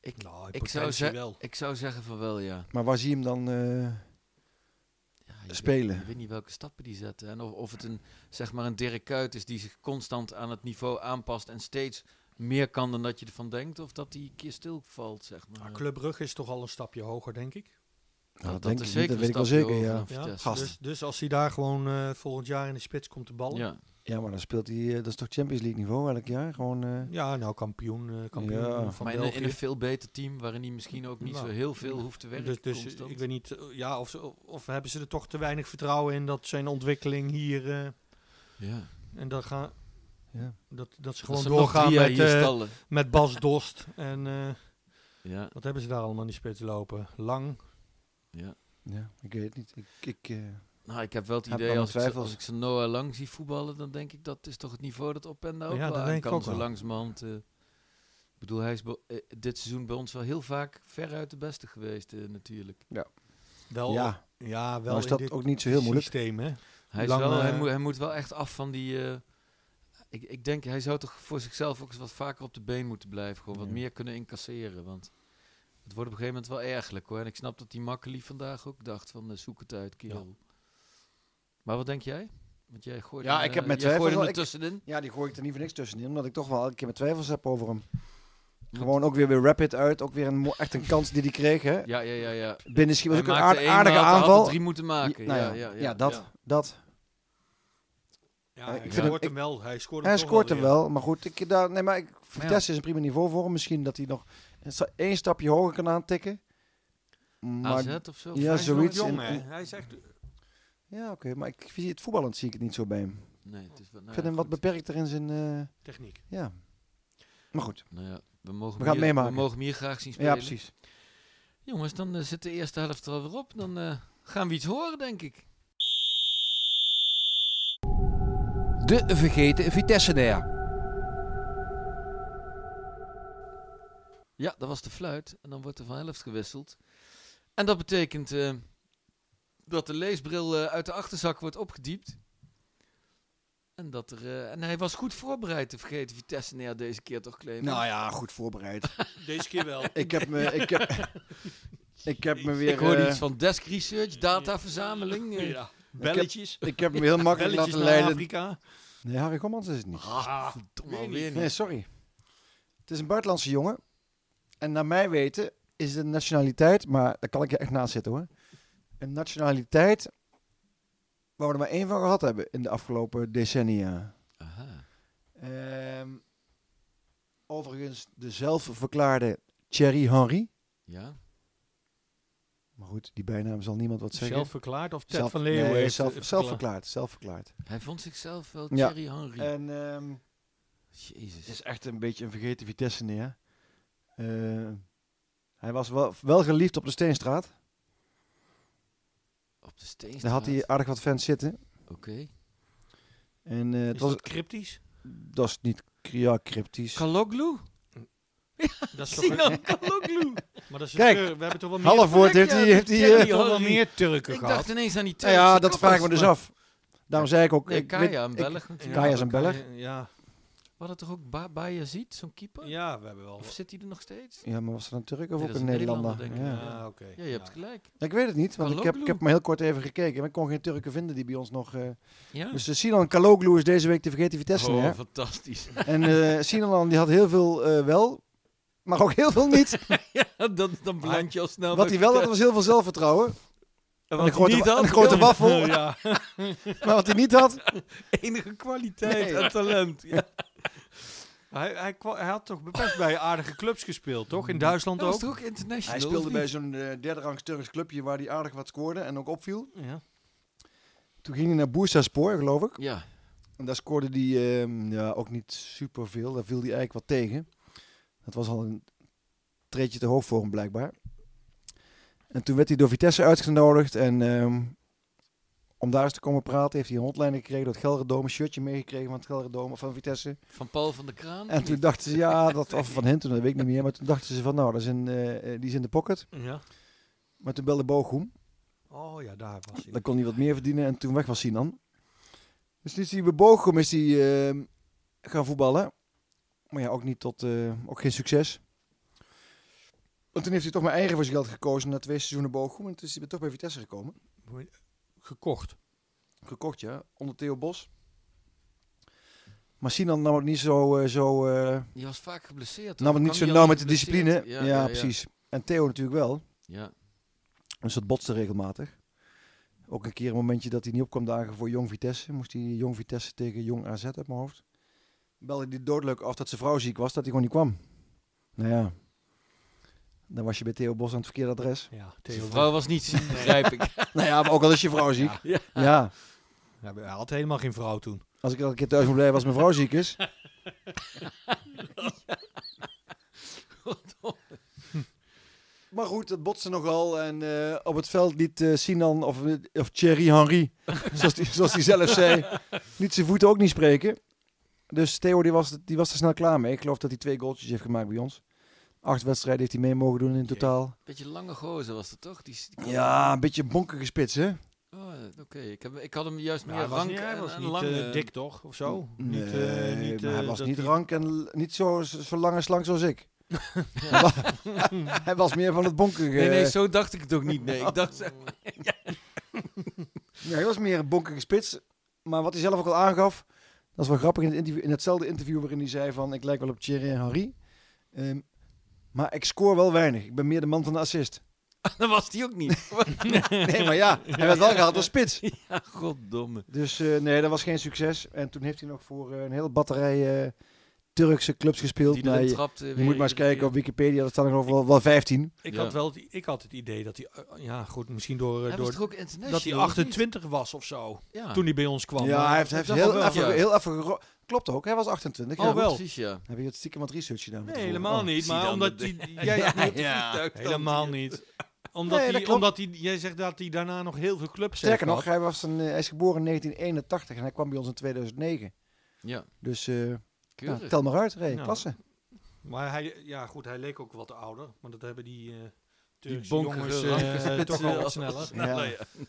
Ik, nou, ik, zou potentie ze- wel. ik zou zeggen van wel, ja. Maar waar zie je hem dan? eh, Ja, je weet- Spelen. je weet niet welke stappen die zetten. En of, of het een, zeg maar een Dirk Kuyt is die zich constant aan het niveau aanpast en steeds meer kan dan dat je ervan denkt. Of dat hij een keer stilvalt, zeg maar. nou, Club Brugge is toch al een stapje hoger, denk ik. Nou, dat is denk ik niet, zeker dat een weet ik wel stapje zeker, hoger dan ja. Ja? Vitesse. Gast. Dus, dus als hij daar gewoon eh, volgend jaar in de spits komt te ballen. Ja, Ja. Ja, maar dan speelt hij, eh, dat is toch Champions League niveau elk jaar? Gewoon, eh, nou kampioen, eh, kampioen Ja. van Maar in, een- in België. een veel beter team waarin hij misschien ook niet Nou, zo heel veel hoeft te werken. Dus, dus constant. ik weet niet, eh, ja, of, ze- of hebben ze er toch te weinig vertrouwen in dat zijn ontwikkeling hier eh, ja. en dat, gaan, Ja. dat, dat ze Dat gewoon ze nog doorgaan drie jaar met, hier eh, stallen. met Bas Dost. En eh, Ja, wat hebben ze daar allemaal in die spits lopen? Lang. ja. ja, ik weet het niet. Ik, ik, eh, Nou, ik heb wel het Heb idee, wel als ik, ze- twijfels. als ik ze Noah Lang zie voetballen, dan denk ik dat is toch het niveau dat Openda ook Ja, dat wel aan denk ik kan, ook zo wel. langzamerhand. eh. ik bedoel, hij is be- eh, dit seizoen bij ons wel heel vaak veruit de beste geweest, eh, natuurlijk. Wel, ja. ja, ja, wel nou is in dat dit ook niet zo heel moeilijk. systeem, hè? Hij, is Lang, wel, hij, eh, moet- hij moet wel echt af van die... eh, ik, ik denk, hij zou toch voor zichzelf ook eens wat vaker op de been moeten blijven. Gewoon wat Ja. meer kunnen incasseren, want... Het wordt op een gegeven moment wel ergelijk hoor. En ik snap dat die Makkeli vandaag ook dacht van eh, zoek het uit, kerel. Maar wat denk jij? Want jij gooit Ja, hem, ik heb eh, mijn jij gooit twijfels hem al. er Ik- tussenin. Ja, die gooi ik er niet voor niks tussenin, omdat ik toch wel een keer mijn twijfels heb over hem. Gewoon ook weer weer rapid uit, ook weer een, mo- echt een kans die hij kreeg. Hè? Ja, ja, ja, ja. Binnenschie was Hij ook een maakte aard- één, aardige maar had er altijd aanval. drie moeten maken. Ja, nou ja, ja, ja, dat, dat. Ja, Ja, hij ik vind hem- scoort hem wel. Hij scoort hem, Hij toch scoort er weer. wel, maar goed, ik, daar, nee, maar ik, Vitesse is een prima niveau voor hem. Misschien dat hij nog een sta- één stapje hoger kan aantikken. Maar, AZ of zo. ja, Feyenoord? zoiets. Jong, En- hè? en- Hij is echt... ja, oké, maar ik zie het voetballend zie ik het niet zo bij hem. Nee, het is wel, nou Ik ja, vind hem wat goed. beperkter in zijn, eh, Techniek. ja. Maar goed, Nou ja, we mogen, We hem gaan het hier, meemaken. we mogen hem hier graag zien spelen. ja precies. Jongens, dan eh, zit de eerste helft er alweer op. Dan eh, gaan we iets horen, denk ik. De vergeten Vitesse-nair. Ja, dat was de fluit. En dan wordt er van helft gewisseld. En dat betekent eh, dat de leesbril eh, uit de achterzak wordt opgediept. En, dat er, eh, en hij was goed voorbereid, de vergeten Vitesse neer deze keer toch, Clemens? Nou ja, goed voorbereid. Deze keer wel. ik heb me, ik heb, ik heb me weer, ik hoorde eh, iets van desk research, dataverzameling. eh. Ja. Belletjes. ik heb me heel makkelijk Belletjes laten naar leiden. Afrika. Oh, Nee, Harry Gommans is het niet. Ah, verdomme, alweer Nee, niet. sorry. Het is een buitenlandse jongen. En naar mij weten is de nationaliteit, maar daar kan ik je echt naast zitten hoor. Een nationaliteit waar we er maar één van gehad hebben in de afgelopen decennia. Aha. Ehm, overigens de zelfverklaarde Thierry Henry. Ja, Maar goed, die bijnaam zal niemand wat zeggen. Zelf verklaard of Ted Zelf- van Leeuwen? nee, heeft eh, zelf, het verklaard? zelfverklaard, zelfverklaard. hij vond zichzelf wel Ja. Thierry Henry. En ehm, het Jezus. is echt een beetje een vergeten Vitesse neer. Eh, hij was wel, wel geliefd op de Steenstraat. Op de steen Daar had hij aardig wat fans zitten. Oké. En eh, het Is was, dat cryptisch? dat is niet k- ja, cryptisch. Kaloglu? Dat is toch een- Sinan Kaloglu. Maar dat is Kijk, Kijk, we hebben toch wel meer, Half woord Ja, heeft hij. Heeft hij eh, Thierry toch wel Henry. meer Turken Ik gehad. dacht ineens aan die nou Turkse ja, dat vraag ik me koppers, dus maar- af. Daarom zei ik ook... Nee, ik Kaya, weet- een ik- Belg natuurlijk. Kaya is een Belg. Ja, Wat het toch ook ba Baia ziet, zo'n keeper? Ja, we hebben wel. Of zit hij er nog steeds? Ja, maar was het een Turk of Nee, ook dat een is een Nederlander, Nederlander? denk ik. Ja. Ah, oké. Ja, je hebt Ja. gelijk. Ja, Ik weet het niet, want ik heb, Kaloglu. ik heb maar heel kort even gekeken. Maar ik kon geen Turken vinden die bij ons nog... eh, Ja. Dus eh, Sinan Kaloglu is deze week de vergeten Vitesse. Oh, hè? fantastisch. En eh Sinan die had heel veel eh, wel, maar ook heel veel niet. Ja, dan, dan beland je al snel. Wat hij wel had, was heel veel zelfvertrouwen. en een grote, niet wa- had, een grote ja. waffel. Ja, Maar wat hij niet had, enige kwaliteit Nee. en talent. Ja. Hij, hij, kwa- hij had toch best bij aardige clubs gespeeld, toch? In Duitsland Dat was ook? toch ook international? hij of speelde bij niet? zo'n eh, derde rangs Turks clubje waar hij aardig wat scoorde en ook opviel. Ja. Toen ging hij naar Bursaspor, geloof ik. Ja, En daar scoorde hij ehm, ja, ook niet superveel. Daar viel hij eigenlijk wat tegen. Dat was al een treetje te hoog voor hem, blijkbaar. En toen werd hij door Vitesse uitgenodigd. En ehm, om daar eens te komen praten, heeft hij een hotline gekregen door het Gelredome. Een shirtje meegekregen van het Gelredome, van Vitesse. van Paul van der Kraan. En toen dachten ze, ja, dat, of van hen toen, dat weet ik niet meer. Maar toen dachten ze van, nou, dat is in, eh, eh, die is in de pocket. ja. Maar toen belde Bochum. Oh ja, daar was hij. Dan kon hij wat meer verdienen en toen weg was Sinan. Dus nu is hij bij Bochum is hij, eh, gaan voetballen. Maar ja, ook, niet tot, eh, ook geen succes. Want toen heeft hij toch maar eigen voor zijn geld gekozen na twee seizoenen Bochum. En toen is hij toch bij Vitesse gekomen. Gekocht. Gekocht, ja. Onder Theo Bos. Maar Sinan nam het niet zo, eh, zo, eh, Die was vaak geblesseerd. nam het hoor. niet zo Kwam die nauw al met de discipline. geblesseerd? Ja, precies. En Theo natuurlijk wel. Ja. Dus dat botste regelmatig. Ook een keer een momentje dat hij niet op kwam dagen voor Jong Vitesse. Moest hij Jong Vitesse tegen Jong AZ uit mijn hoofd. Belde hij doodleuk af dat zijn vrouw ziek was, dat hij gewoon niet kwam. Nou ja, dan was je bij Theo Bos aan het verkeerde adres. Ja, Zijn Theo vrouw was niet ziek, begrijp ik. nou ja, maar ook al is je vrouw ziek. Ja. Ja, Hij had helemaal geen vrouw toen. als ik al een keer thuis moet blijven als mijn vrouw ziek is. Maar goed, dat botste nogal. En eh, op het veld liet eh, Sinan of, of Thierry Henry, zoals hij zoals die zelf zei, liet zijn voeten ook niet spreken. Dus Theo die was, die was er snel klaar mee. Ik geloof dat hij twee goaltjes heeft gemaakt bij ons. Acht wedstrijden heeft hij mee mogen doen in totaal. Beetje lange gozer was dat toch? Die, die- Ja, een beetje bonkige spits, hè? Oh, oké. Ik, heb- ik had hem juist Ja, meer hij was rank niet, hij en, was en niet lang. eh, eh, dik toch? Of zo? Nee, niet, eh, niet, maar eh, hij was dat niet hij- rank en l- niet zo, zo lang en slank zoals ik. Hij wa- hij was meer van het bonkige. Nee, nee, zo dacht ik het ook niet. Nee, ik dacht... zeg maar- Ja, eh, hij was meer een bonkige spits. Maar wat hij zelf ook al aangaf, dat is wel grappig in, het interview, in hetzelfde interview waarin hij zei van ik lijk wel op Thierry en Henry. Ehm, maar ik scoor wel weinig. Ik ben meer de man van de assist. Dat was die ook niet. Nee, maar ja, hij werd wel gehaald als spits. Ja, goddomme. Dus eh, nee, dat was geen succes. En toen heeft hij nog voor eh, een hele batterij eh, Turkse clubs gespeeld. Die Nou, erin eh, je, trapte. je moet maar eens kijken op Wikipedia, daar staan er nog wel, wel 15. Ik, Ja. had wel, het- ik had het idee dat hij, eh, ja goed, misschien door, eh, Hij was door toch ook international? dat hij of niet? 28 was of zo. Ja. Toen hij bij ons kwam. Ja, Maar- hij heeft, hij heeft dat heel, wel. even, Ja. heel even gero- Klopt ook, hij was 28. Ja, ja. Oh, wel. precies, ja. Heb je het stiekem wat research gedaan? van Nee, tevoren? helemaal Oh. niet. zie Maar dan omdat dat- hij... Jij, ja. helemaal niet. Omdat, Nee, dat hij, klopt. omdat hij, jij zegt dat hij daarna nog heel veel clubs heeft Sterker nog, gehad. hij, was een, eh, hij is geboren in 1981 en hij kwam bij ons in 2009. Ja, Dus eh, ja, keurig. tel maar uit, Ray. Ja. Klasse. Maar hij, ja goed, hij leek ook wat ouder. Maar dat hebben die... eh Turkse bonkige, jongens ranke eh, spitsen toch al wat als- sneller. Ja.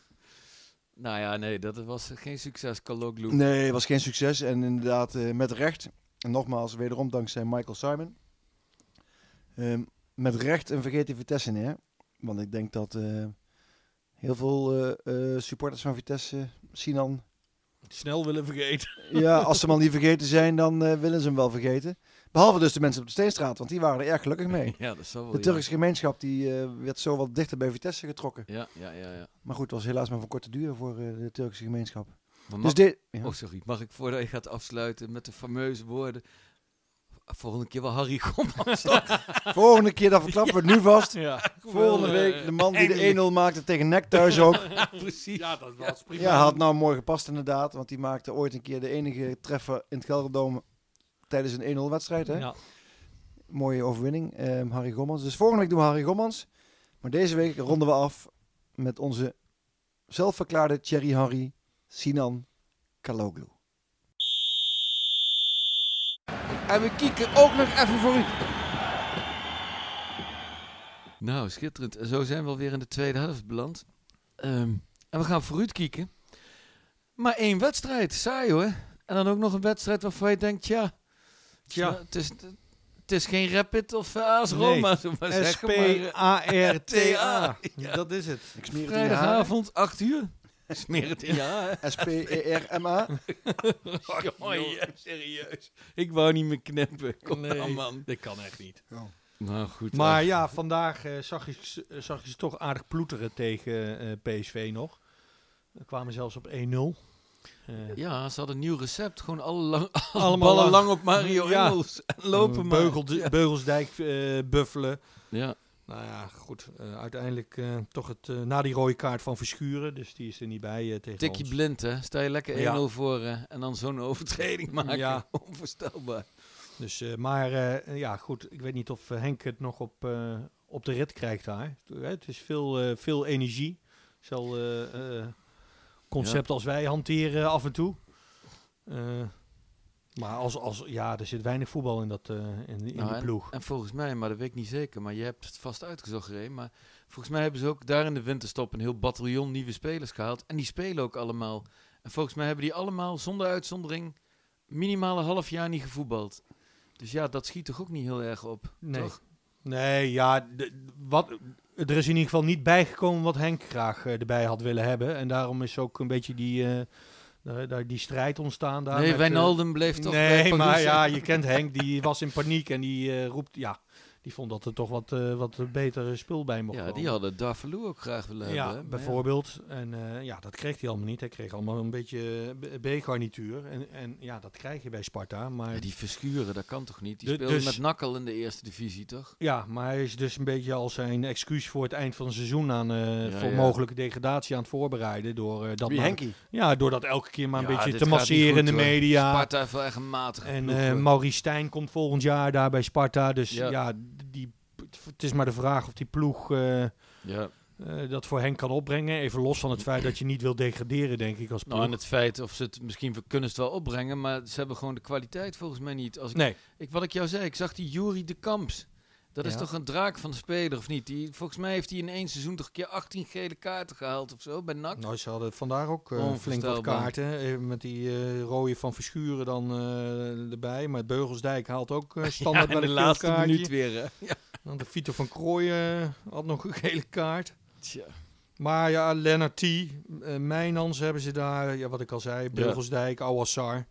Nou ja, nee, dat was geen succes, Kaloglu. Nee, het was geen succes en inderdaad eh, met recht. En nogmaals, wederom dankzij Michael Simon. Ehm, met recht een vergeten Vitesse neer. Want ik denk dat eh, heel veel eh, eh, supporters van Vitesse, Sinan, Snel willen vergeten. Ja, als ze hem al niet vergeten zijn, dan eh, willen ze hem wel vergeten. Behalve dus de mensen op de Steenstraat, want die waren er erg gelukkig mee. Ja, dat zal wel. De ja. Turkse gemeenschap die, eh, werd zo wat dichter bij Vitesse getrokken. Ja, ja, ja. ja. Maar goed, het was helaas maar van korte duur voor eh, de Turkse gemeenschap. Maar Dus mag, dit... Ja. oh, sorry. Mag ik voordat je gaat afsluiten met de fameuze woorden. Volgende keer wel Harry Gommans. toch? Volgende keer, dat verklappen we het nu vast. Ja, Volgende week, de man die de 1-0 maakte tegen NEC thuis ook. Precies. ja dat was prima. Ja, had nou mooi gepast inderdaad. Want die maakte ooit een keer de enige treffer in het Gelderdoom tijdens een 1-0 wedstrijd. Hè? Ja. Mooie overwinning, ehm, Harry Gommans. Dus volgende week doen we Harry Gommans. Maar deze week ronden we af met onze zelfverklaarde Thierry Harry Sinan Kaloglu. En we kieken ook nog even voor u. Nou, schitterend. En zo zijn we alweer in de tweede helft beland. Ehm, en we gaan vooruit kieken. Maar één wedstrijd, saai hoor. En dan ook nog een wedstrijd waarvan je denkt, ja, Tja. Het is, het is geen Rapid of eh, AS Roma, zo maar zeggen. Maar, eh, S-P-A-R-T-A. Dat is het. Ik smeer het in je haren. vrijdagavond, 8 uur. Smeer het in je haren. E S-P-E-R-M-A. Jongen, serieus. Ik wou niet meer knippen. Kom Nee. nou, man. Dat kan echt niet. Nou, goed. Maar ja, vandaag eh, zag, je, ze- eh, zag je ze toch aardig ploeteren tegen eh, PSV nog. We kwamen zelfs op 1-0. Eh, Ja, ze hadden een nieuw recept. Gewoon alle, lang, alle Allemaal ballen lang. lang op Mario Ja. Engels. En lopen maar. Beugelde- Beugelsdijk eh, buffelen. Ja. Nou ja, goed. eh, uiteindelijk eh, toch het, eh, na die rode kaart van Verschuren. Dus die is er niet bij eh, tegen Tikje ons. blind, hè. Sta je lekker 1-0 Ja. voor eh, en dan zo'n overtreding maken. Ja. Onvoorstelbaar. Dus, eh, maar eh, ja, goed. Ik weet niet of eh, Henk het nog op, eh, op de rit krijgt daar. Eh, Het is veel, eh, veel energie. Hetzelfde eh, eh, concept als wij hanteren af en toe. Eh, maar als, als, ja, er zit weinig voetbal in, dat, eh, in, in Nou, die ploeg. En volgens mij, maar dat weet ik niet zeker, maar je hebt het vast uitgezocht, Ray, maar volgens mij hebben ze ook daar in de winterstop een heel bataljon nieuwe spelers gehaald. En die spelen ook allemaal. En volgens mij hebben die allemaal, zonder uitzondering, minimaal een half jaar niet gevoetbald. Dus ja, dat schiet toch ook niet heel erg op, Nee. toch? Nee, ja, de- wat, er is in ieder geval niet bijgekomen wat Henk graag eh, erbij had willen hebben. En daarom is ook een beetje die, eh, daar- daar die strijd ontstaan daar. nee, met, eh, Wijnaldum bleef toch dus, eh, bij nee, maar Parousia. ja, je kent Henk, die was in paniek en die eh, roept, ja, die vond dat er toch wat, eh wat betere spul bij mocht Ja, komen. die hadden Darvalu ook graag willen Ja, hebben. hè, maar bijvoorbeeld. En eh, ja, dat kreeg hij allemaal niet. Hij kreeg allemaal een beetje eh, B- B-garnituur. En, en ja, dat krijg je bij Sparta. Maar Ja, die Verschuren, dat kan toch niet? Die Du- speelden dus- met Nakkel in de eerste divisie, toch? Ja, maar hij is dus een beetje al zijn excuus voor het eind van het seizoen aan eh, Ja, voor ja. mogelijke degradatie aan het voorbereiden. Door, eh, dat Wie maar, Henkie? Ja, door dat elke keer maar een Ja, beetje dit te gaat niet masseren goed, in de hoor. media. Sparta heeft wel echt een matige en ploeg, eh hoor. Maurice Stijn komt volgend jaar daar bij Sparta. Dus Ja. ja, die, het is maar de vraag of die ploeg eh, eh, ja. dat voor hen kan opbrengen. Even los van het feit dat je niet wil degraderen, denk ik, als ploeg. Nou, en het feit of ze het misschien we kunnen ze het wel opbrengen, maar ze hebben gewoon de kwaliteit volgens mij niet. Als ik, Nee, ik, wat ik jou zei, ik zag die Jury de Kamps. Dat is Ja. toch een draak van de speler, of niet? Die, volgens mij heeft hij in één seizoen toch een keer 18 gele kaarten gehaald of zo bij NAC. nou, ze hadden vandaag ook eh, flink wat Onvoorstelbaar. kaarten. Even met die eh, rode van Verschuren dan eh, erbij. Maar Beugelsdijk haalt ook eh, Ja, standaard in wel de een laatste geel kaartje. minuut weer, hè? Ja. Dan de Vito van Krooijen eh, had nog een gele kaart. Tja. Maar ja, Lennart T, eh, Mijnans hebben ze daar. Ja, wat ik al zei, Beugelsdijk, Awassar.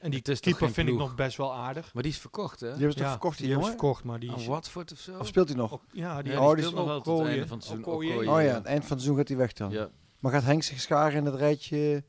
En die Het is toch keeper geen vind ik ploeg? nog best wel aardig. Maar die is verkocht, hè? Die hebben ze toch Ja, verkocht, die Die hebben jongen? ze verkocht, maar die... Aan Watford of zo? Of speelt hij nog? ook- ja, Oh, die, Ja, ja, die Oh, die speelt nog wel tot het einde van het seizoen. Okoye. Oh ja, aan het eind van het seizoen gaat hij weg dan. Ja. Maar gaat Henk zich scharen in het rijtje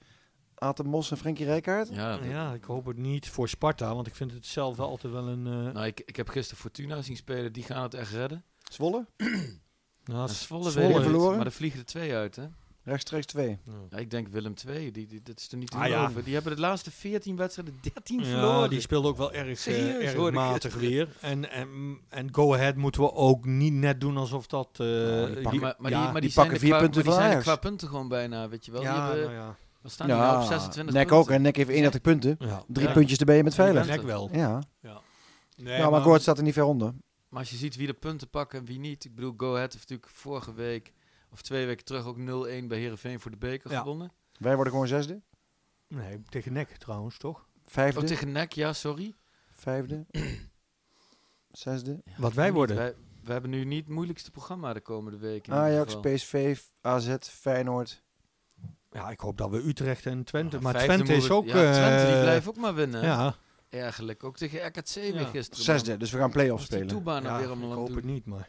Aten Mos en Frenkie Rijkaard? Ja, dat- Ja, ik hoop het niet voor Sparta, want ik vind het zelf wel altijd wel een... eh, Nou, ik, ik heb gisteren Fortuna zien spelen, die gaan het echt redden. Zwolle? nou, En s- Zwolle, Zwolle weet ik niet, verloren? maar er vliegen er twee uit, hè? Rechtstreeks twee. Ja, ik denk Willem II. Die, die, dat is er niet te Ah, ja. geloven. Die hebben de laatste 14 wedstrijden 13 Ja, verloren. die speelde ook wel erg, eh, Serieus, erg hoor ik matig weer. En, en, en Go Ahead moeten we ook niet net doen alsof dat... eh, Nou, die maar, die- maar, maar ja, die, maar die die zijn pakken er vier qua- maar die punten van zijn er Ajax. qua punten gewoon bijna, weet je wel. Die ja, hebben, nou ja. Wat staan die nou op 26 Nek ook, punten? en Nek heeft 31 punten. Ja. Drie Ja. puntjes erbij met Veilig. veilig. Ja, Ja, Nek wel. Nee, ja maar Goord staat er niet ver onder. Maar als je ziet wie de punten pakken en wie niet. Ik bedoel, Go Ahead heeft natuurlijk vorige week of twee weken terug ook 0-1 bij Herenveen voor de beker Ja. gewonnen. Wij worden gewoon zesde. Nee, tegen Nek trouwens, toch? Oh, Vijfde. tegen Nek, ja, sorry. Vijfde. zesde. Wat wij Niet, worden. Wij, we hebben nu niet het moeilijkste programma de komende weken. in ieder Ajax, geval. PSV, AZ, Feyenoord. Ja, ik hoop dat we Utrecht en Twente... Ah, maar vijfde Twente is moeten we- ook... Ja, Twente die eh, blijft ook maar winnen. Ja, Eigenlijk. Ook tegen RKC weer Ja. gisteren. Zesde, dus we gaan play-offs Als die spelen. Toebaan nou Ja, weer ik allemaal aan hoop het het doen. niet, maar...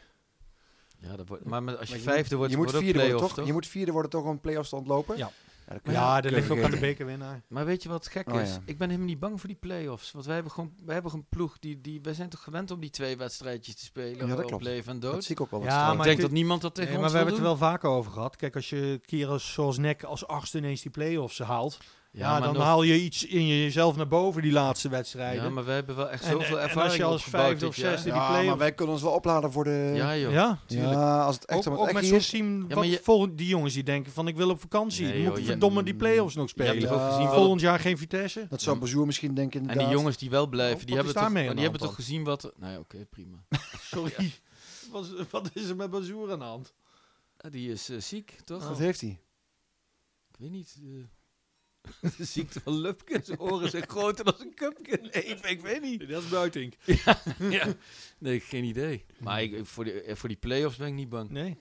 Ja, dat wordt, maar met- als je, Maar vijfde wordt, je moet wordt ook vierde worden, play-offs, toch? Je moet vierde worden toch om play-offs te ontlopen? Ja. ja, dat kan Ja, je- kun dat je ligt ook aan de vergeten. bekerwinnaar. Maar weet je wat gek Oh, is? ja. Ik ben helemaal niet bang voor die play-offs. Want wij hebben gewoon, wij hebben gewoon een ploeg. Die, die, wij zijn toch gewend om die twee wedstrijdjes te spelen. Ja, dat op klopt. leven en Dat dood. zie ik ook wel. wat Ja, trouwens. ik maar denk ik- dat niemand dat tegen Nee, maar ons we hebben wil het er wel vaker over gehad. Kijk, als je Kieros zoals Nek als achtste ineens die play-offs haalt... doen. Ja, dan nog- haal je iets in jezelf naar boven die laatste wedstrijden. ja, maar wij hebben wel echt En- zoveel en- en ervaring als je als opgebouwd vijfde dit of jaar. zesde- Ja, die Ja, play-off. maar wij kunnen ons wel opladen voor de... joh. ja, Ja, als het echt om het ook, ook echt met niet zo'n is. team. Ja, wat maar je- volgend- die jongens die denken van ik wil op vakantie. Nee, Moet joh, je- verdomme die play-offs nog Je hebt spelen. toch ook Ja. gezien wat, Volgend jaar geen Vitesse. Dat zou Bezoer misschien denken en die inderdaad. jongens die wel blijven, Oh, die, wat hebben is toch, daarmee maar aan die de hebben toch hand gezien wat... er- Nou ja, oké, prima. Sorry. Wat, wat is er met Bazoer aan de hand? Ah, Die is eh, ziek, toch? Wat heeft hij? Ik weet niet. eh, De ziekte van Lupke. Zijn oren zijn groter dan zijn cupke. Nee, ik, ik weet niet. Dat is buiting. Ja. Nee, geen idee. Maar ik, ik- voor, die, eh, voor die play-offs ben ik niet bang. Nee.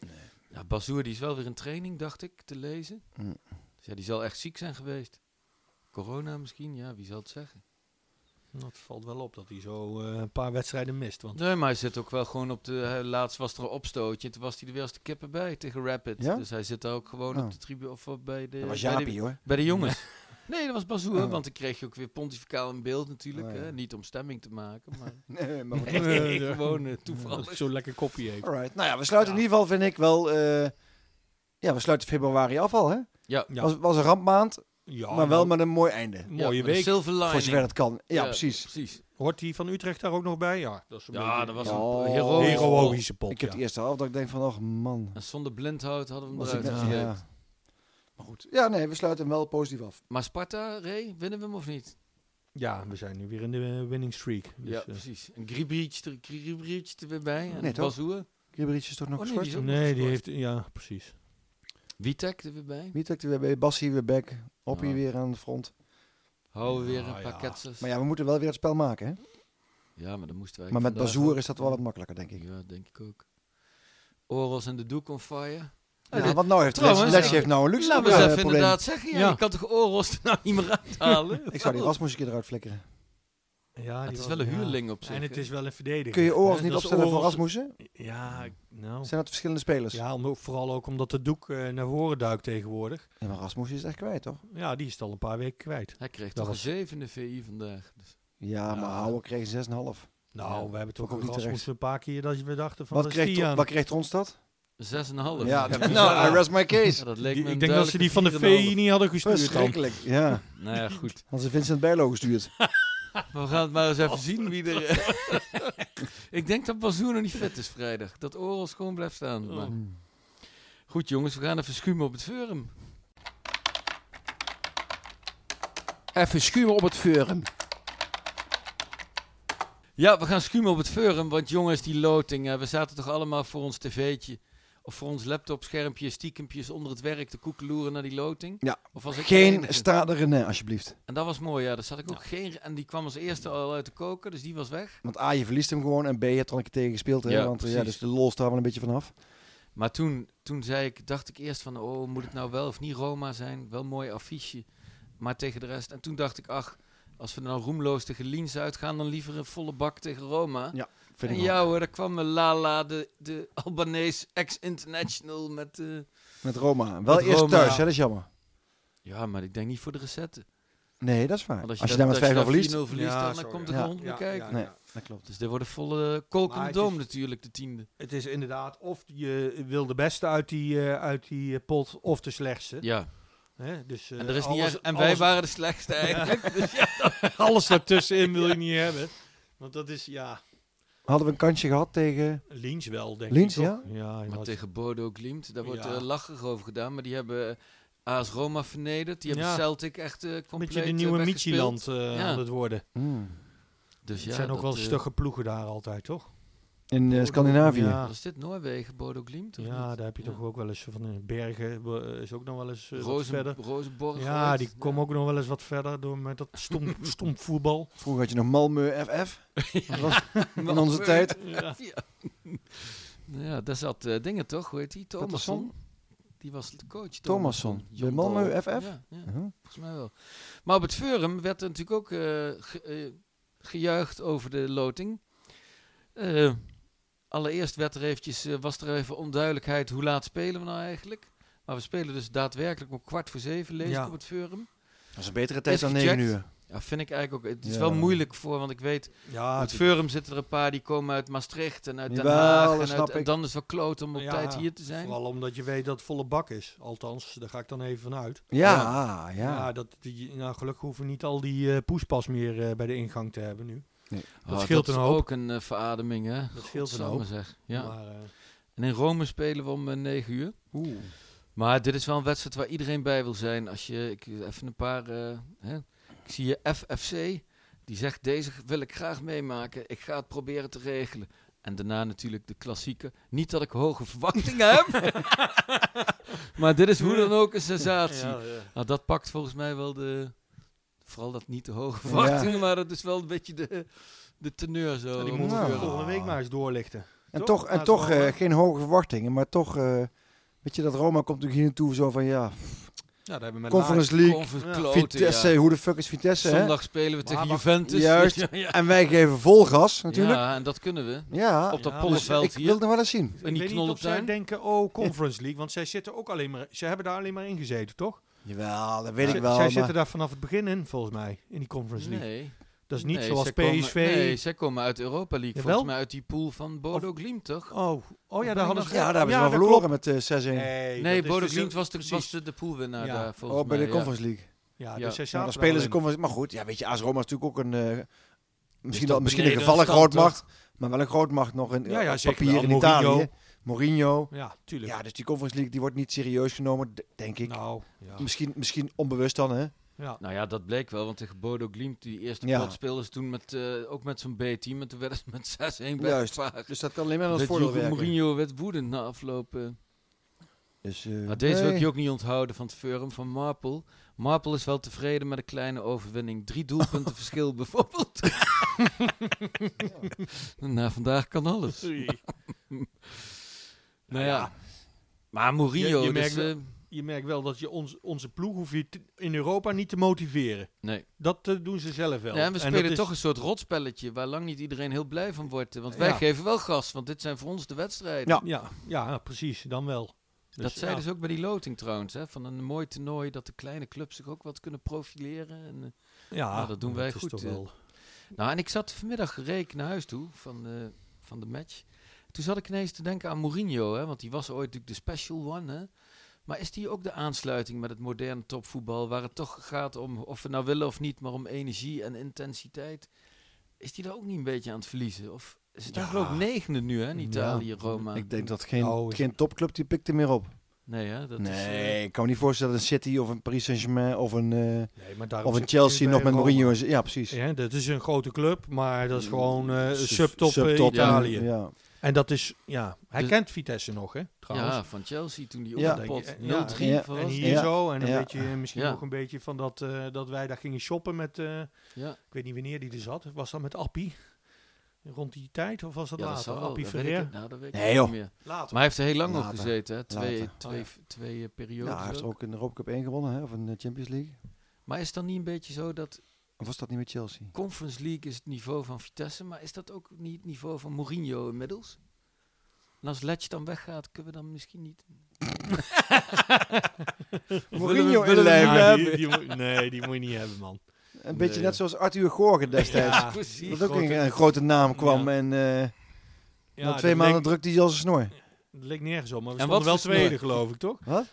Ja, Bazoer die is wel weer in training, dacht ik, te lezen. Mm. Dus ja, die zal echt ziek zijn geweest. Corona misschien, ja, wie zal het zeggen? Dat valt wel op dat hij zo eh, een paar wedstrijden mist. Want Nee, eh, maar hij zit ook wel gewoon op de... hij- Laatst was er een opstootje en toen was hij er weer als de kippen bij tegen Rapid. Ja? Dus hij zit daar ook gewoon Oh. op de tribune of eh, bij de... Dat was bij de- Jaapie hoor. Bij de jongens. Nee, dat was Bazoer, Oh. want dan kreeg je ook weer pontificaal in beeld natuurlijk. Oh, ja. hè? Niet om stemming te maken, maar Nee, maar goed. nee, gewoon eh, dat toevallig. hij zo'n lekker kopje heeft. Alright. Nou ja, we sluiten in ieder geval, vind ik wel. eh, ja, we sluiten februari af al, hè? Ja. Ja. Was, was een rampmaand, Ja, maar wel nou, met een mooi einde. Mooie ja, met een week. Silver lining. Voor zover het kan. Ja, Ja. precies. Precies. Hoort die van Utrecht daar ook nog bij? Ja, dat is een Ja, dat beetje was Ja. een Oh. heroïsche- heroïsche pot. Ik heb ja. de eerste half dat ik denk van, ach man. En zonder blindhout hadden we hem Was ik eruit net, gesleept. ja. Maar goed. Ja, nee, we sluiten hem wel positief af. Maar Sparta, Ray, winnen we hem of niet? Ja, we zijn nu weer in de eh, winning streak. Dus, ja, eh, precies. En Griebrich er, Griebrich er weer bij. En Nee, toch? Bazoer. Kibberietje is toch nog Oh, nee, geschorst? die is ook nog nee, die gescoord. heeft... Ja, precies. Witek er weer bij. Wie trekt er weer bij? Bassie weer back. Hoppie Ja. weer aan de front. Houden we weer Ah, een paar ja. ketsers. Maar ja, we moeten wel weer het spel maken, hè? Ja, maar dat moesten wij Maar met Bazoer is dat wel wat makkelijker, denk ik. Ja, denk ik ook. Oros en de Doek on fire. Ja, Eh, dit- want nou heeft trouwens, Lesje ja. heeft nou een luxe Laten we eh, eens even probleem. inderdaad zeggen. Ja, Ja. Je kan toch Oros er nou niet meer uithalen? Oh. Ik zou die Rasmus een keer eruit flikkeren. Ja, Het Ah, die is was- wel een ja. huurling op zich. En het hè? is wel een verdediger. Kun je Oras Eh, niet dat is opstellen voor Oros- Rasmussen? Ja, ik- nou... Zijn dat verschillende spelers? Ja, Ja, om- vooral ook omdat de doek eh, naar voren duikt tegenwoordig. maar Rasmussen is echt kwijt, toch? Ja, die is het al een paar weken kwijt. Hij kreeg Dat toch een was- zevende VI vandaag. Dus Ja, maar Houwe kreeg een 6,5. Nou, Ja, we hebben ook toch niet ook terecht. een paar keer dat we dachten van... Wat dat is kreeg, die Tro- aan. wat kreeg Tronstad? Zes en een half. Ja, Ja, nou, I rest my case. dat leek Die- me ik een denk dat ze die van de duidelijke VI niet hadden gestuurd dan. Verschrikkelijk, ja. 4,5. Nou ja, goed. Hadden ze Vincent Bijlo gestuurd. Maar we gaan het maar eens Oh. even zien wie er... ik denk dat Bazoer nog niet vet is vrijdag. Dat Oros gewoon blijft staan. Oh. Maar... Goed jongens, we gaan even schuimen op het forum. Even schuimen op het veuren. Ja, we gaan schuimen op het forum. Want jongens, die loting. eh, we zaten toch allemaal voor ons tv'tje... Of voor ons laptopschermpje, stiekempjes onder het werk te koekeloeren naar die loting. Ja. Of was ik de Geen enige? Stade René, alsjeblieft. En dat was mooi, ja. Daar zat ik ook geen... En die kwam als eerste al uit de koker, dus die was weg. Want A, je verliest hem gewoon. En B, je hebt er al een keer tegen gespeeld. Hè? Ja, Want eh, ja, precies. dus de lol staat wel een beetje vanaf. Maar toen, toen zei ik, dacht ik eerst van, oh, moet het nou wel of niet Roma zijn? Wel een mooi affiche, maar tegen de rest. En toen dacht ik, ach, als we nou roemloos tegen Liens uitgaan, dan liever een volle bak tegen Roma. Ja, Vind ik en wel. ja hoor, daar kwam eh, Lala, de, de Albanese ex-international met... eh, Met Roma. Wel Met eerst Roma. thuis, hè? dat is jammer. ja, maar ik denk niet voor de recette. Nee, dat is waar. Want Als je, daar met 5 verliest. 4-0 verliest, Ja, dan, sorry, komt ja. er Ja. geen hond meer kijken. Nee, dat klopt. Dus dit wordt een volle kolkende Maar het doom is- natuurlijk, de tiende. Het is inderdaad of je wil de beste uit die, eh, uit die eh, pot of de slechtste. Ja, Hè? Dus, eh, en, er is niet alles- echt- en wij alles- waren de slechtste eigenlijk. Dus ja. Alles daartussenin wil je niet hebben. Want dat is, ja, Hadden we een kansje gehad tegen... Liens wel, denk Liens, ik. toch? ja? Ja, Maar tegen Bodo Glimt, daar wordt Ja. eh, lacherig over gedaan. Maar die hebben eh, AS Roma vernederd. Die hebben Ja. Celtic echt eh een compleet beetje de eh, nieuwe weggespeeld. Michieland eh Ja. aan het worden. Hmm. Dus ja, het zijn ook dat, wel eh, stugge ploegen daar altijd, toch? In eh, Scandinavië. Ja. Wat is dit? Noorwegen, Bodo Glimt? of Ja, niet? daar heb je Ja. toch ook wel eens van eh, Bergen eh, is ook nog wel eens eh, wat Rozen- verder. Rozenborg. Ja, ooit. die komen ook nog wel eens wat verder door met dat stom, stom voetbal. Vroeger had je nog Malmö FF. Dat was in onze Malmö. tijd. Ja. Nou ja, daar zat eh, dingen toch, hoe heet die? Thomasson? Die was de coach. Thomasson. Bij Malmö Dahl. FF? Ja, ja, Mhm. volgens mij wel. Maar op het forum werd er natuurlijk ook eh, ge- eh, gejuicht over de loting. Eh, allereerst werd er eventjes, eh, was er even onduidelijkheid hoe laat spelen we nou eigenlijk. Maar we spelen dus daadwerkelijk om kwart voor zeven, lees Ja. ik op het forum. Dat is een betere tijd Is dan 9 gecheckt. uur. Ja, vind ik eigenlijk ook. Het is Ja. wel moeilijk voor, want ik weet Ja, op het Forum zitten er een paar die komen uit Maastricht en uit Den Jawel, Haag. dat En, snap uit, en ik. dan is het wel kloot om op Ja, tijd hier te zijn. Vooral omdat je weet dat het volle bak is. Althans, daar ga ik dan even vanuit. Ja, ja. Ja, dat, die, nou, gelukkig hoeven we niet al die eh, poespas meer eh, bij de ingang te hebben nu. Oh, scheelt dat een is hoop. ook een eh, verademing, hè? Dat scheelt een Godsamme hoop. zeg. Ja. Maar, eh, En in Rome spelen we om eh, 9 uur. Maar dit is wel een wedstrijd waar iedereen bij wil zijn. Als je, ik, even een paar, eh, hè. ik zie je FFC, die zegt deze wil ik graag meemaken. Ik ga het proberen te regelen. En daarna natuurlijk de klassieke. Niet dat ik hoge verwachtingen heb. maar dit is hoe dan ook een sensatie. Nou, dat pakt volgens mij wel de... Vooral dat niet te hoge verwachtingen, maar dat is wel een beetje de, de teneur zo. die om moeten het Nou. we uur. volgende week maar eens doorlichten. En Toch? toch, en Laten we toch horen. eh, geen hoge verwachtingen, maar toch... eh, weet je, dat Roma komt natuurlijk hier naartoe zo van, ja, Ja, daar hebben we met Laak- Conference League, Kon verkloten, ja. Vitesse, hoe de fuck is Vitesse, hè? Zondag spelen we tegen Maar- Juventus. Juist. Ja, ja. En wij geven vol gas, natuurlijk. Ja, en dat kunnen we. Ja, Op dat Ah, Ja, dus pollenveld ik hier. wil het nog wel eens zien. En ik die weet niet of zij knollentuin. denken, oh, Conference League. Want zij zitten ook alleen maar, zij hebben daar alleen maar in gezeten, toch? Jawel, dat weet Zij- ik wel. zij maar- zitten daar vanaf het begin in, volgens mij, in die Conference League. Nee. Dat is niet Nee, zoals zij komen- PSV. nee, zij komen uit de Europa League. Jawel? Volgens mij uit die pool van Bodo Glimt, toch? Oh, oh ja, ben daar ik hadden nog- ze... ja, daar hebben ze wel dat verloren klopt. met eh, 6-1. Nee, Nee, dat is Bodo dus- Glimt was de, precies. was de, de poolwinnaar Ja. daar, volgens oh, bij mij. de ja. Conference League. Ja, Ja. dus zij Nou, zaten dan spelen ze wel in. Conference Maar goed, ja, weet je, AS Roma is natuurlijk ook een... eh, misschien dat wel, misschien een beneden gevallen een stand, grootmacht, maar wel een grootmacht nog in, eh, Ja, ja, op zeker papier wel. in Mourinho. Italië. Mourinho. Ja, tuurlijk. Ja, dus die Conference League die wordt niet serieus genomen, d- denk ik. nou, ja. Misschien, misschien onbewust dan, hè? ja. Nou ja, dat bleek wel, want tegen Bodo Glimt, die eerste Ja. pot speelden ze toen met, eh, ook met zo'n B-team. En toen werden ze met 6-1 Juist. weggevaagd. Dus dat kan alleen maar als Dat voordeel Joep werken. Mourinho werd woedend na eh. aflopen. Dus, eh, Maar deze wil ik nee. je ook niet onthouden van het forum van Marple. Marple is wel tevreden met een kleine overwinning. Drie doelpunten verschil bijvoorbeeld. Na vandaag kan alles. Nou nou ja. Maar Mourinho, Je- je dus, merkt wel- eh, Je merkt wel dat je ons, onze ploeg hoef je te- in Europa niet te motiveren. nee. Dat eh, doen ze zelf wel. Ja, en we dat spelen is- toch een soort rotspelletje waar lang niet iedereen heel blij van wordt. eh, Want wij Ja. geven wel gas, want dit zijn voor ons de wedstrijden. Ja. Ja, ja, precies. Dan wel. Dus, dat zeiden ja. ze ook bij die loting trouwens. Hè, van een mooi toernooi dat de kleine clubs zich ook wat kunnen profileren. En, eh, Ja, Nou, dat doen wij is goed, toch eh. wel. Nou, en ik zat vanmiddag gereken naar huis toe van, eh, van de match. Toen zat ik ineens te denken aan Mourinho, hè, want die was ooit natuurlijk de special one. Hè. Maar is die ook de aansluiting met het moderne topvoetbal, waar het toch gaat om, of we nou willen of niet, maar om energie en intensiteit? Is die daar ook niet een beetje aan het verliezen? Of is het Ja. geloof ik negende nu, hè, in Italië, Ja. Roma? Ik denk dat geen, Nou, is- geen topclub die pikt er meer op. Nee, hè? Dat Is, nee, eh, ik kan me niet voorstellen dat een City of een Paris Saint-Germain of een, eh, Nee, maar daarom of een zit je nu Chelsea bij nog met Roma. Mourinho. is- Ja, precies. Ja, dat is een grote club, maar dat is gewoon eh Sub- subtop, eh, subtop, Italië. Ja. ja. En dat is, ja, hij Dus- kent Vitesse nog, hè, trouwens. ja, van Chelsea toen die Ja. op de pot Denk je- ja. 0-3 Ja. was. En hier Ja. zo, en een Ja. beetje, eh, misschien Ja. nog een beetje van dat, eh, dat wij daar gingen shoppen met, eh, Ja. ik weet niet wanneer die er zat, was dat met Appie? Rond die tijd, of was dat Ja, dat later? zal wel. Appie Dat weet Ferrer? ik, nou, dat weet ik Nee, niet joh. meer. Later. Maar hij heeft er heel lang nog Later. gezeten, hè? Twee, Later. Oh, twee, twee eh, periodes. hij heeft er ook. ook in de Europa Cup 1 gewonnen, hè? of in de Champions League. Maar is het dan niet een beetje zo dat Of was dat niet met Chelsea? Conference League is het niveau van Vitesse, maar is dat ook niet het niveau van Mourinho inmiddels? En als Ledge dan weggaat, kunnen we dan misschien niet... Mourinho in Ja, lijf. die- hè? die moet- nee, die moet je niet hebben, man. Een beetje Nee. net zoals Arthur Gorgen destijds. Ja, Precies. Dat ook grote- een, een grote naam kwam en eh, Ja, na twee dat Oh, maanden leek- drukte hij als een snor. Dat leek nergens op, maar we En wat stonden wel voor snor? tweede, geloof ik, toch? Wat?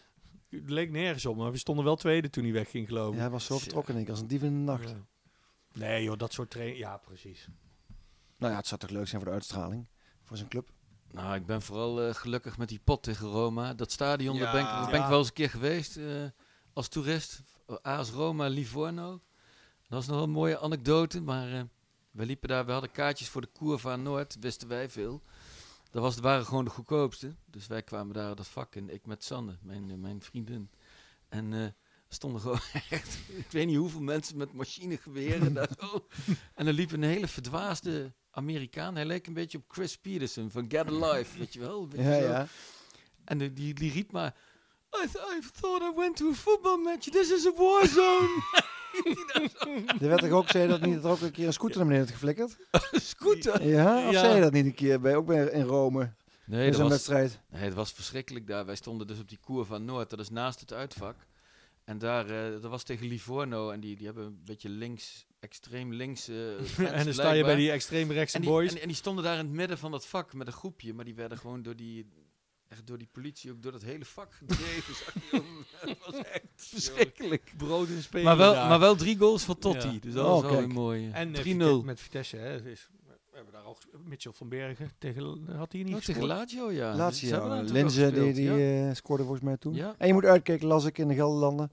Het leek nergens op, maar we stonden wel tweede toen hij wegging, geloof Ja, ik. hij was zo vertrokken denk ik, als een dief in de nacht. Ja. Nee joh, dat soort training. Ja, precies. Nou ja, het zou toch leuk zijn voor de uitstraling. Voor zijn club. Nou, ik ben vooral eh, gelukkig met die pot tegen Roma. Dat stadion, daar ben ik, daar Ja. ben ik wel eens een keer geweest eh, als toerist. AS Roma, Livorno. Dat is nog wel een mooie anekdote, maar eh, we liepen daar, we hadden kaartjes voor de Curva Noord, wisten wij veel. Dat was, waren gewoon de goedkoopste. Dus wij kwamen daar dat vak in, ik met Sanne, mijn, eh, mijn vriendin. En eh, er stonden gewoon echt, ik weet niet hoeveel mensen met machinegeweren daar zo. En er liep een hele verdwaasde Amerikaan. Hij leek een beetje op Chris Peterson van Get Alive, weet je wel? Een beetje Ja, zo. ja. En eh, die, die, die riep maar... I, th- I thought I went to a football match. This is a war zone. Er werd toch ook, zei je dat niet, dat er ook een keer een scooter naar beneden werd geflikkerd? Scooter. Ja, of Ja. zei je dat niet een keer bij, ook bij, in Rome? Nee, in dat zo'n was, wedstrijd. nee, het was verschrikkelijk daar. Wij stonden dus op die koer van Noord. Dat is naast het uitvak. En daar, eh, dat was tegen Livorno. En die, die hebben een beetje links, extreem links... eh, fans en dan sta je bij blijkbaar. die extreemrechtse En die, boys. en, en die stonden daar in het midden van dat vak met een groepje, maar die werden gewoon door die, echt door die politie, ook door dat hele vak gedreven. zag je wel. dat was echt verschrikkelijk. brood in spelen Maar wel, daar. maar wel drie goals van Totti, Totti, Ja. dus dat dat Oh, was was wel kijk. een een mooie. En eh, 3-0. Vite- met Vitesse, hè. het is- we hebben daar al ges- Mitchell van Bergen tegen had hij niet Oh, tegen gescoord? Lazio, eh, ja. Laatste Ze hebben daar jaar. natuurlijk Linzen, ook die, die gespeeld, ja. eh, scoorde volgens mij toen. Ja. En je moet uitkijken, las ik in de Gelderlanden,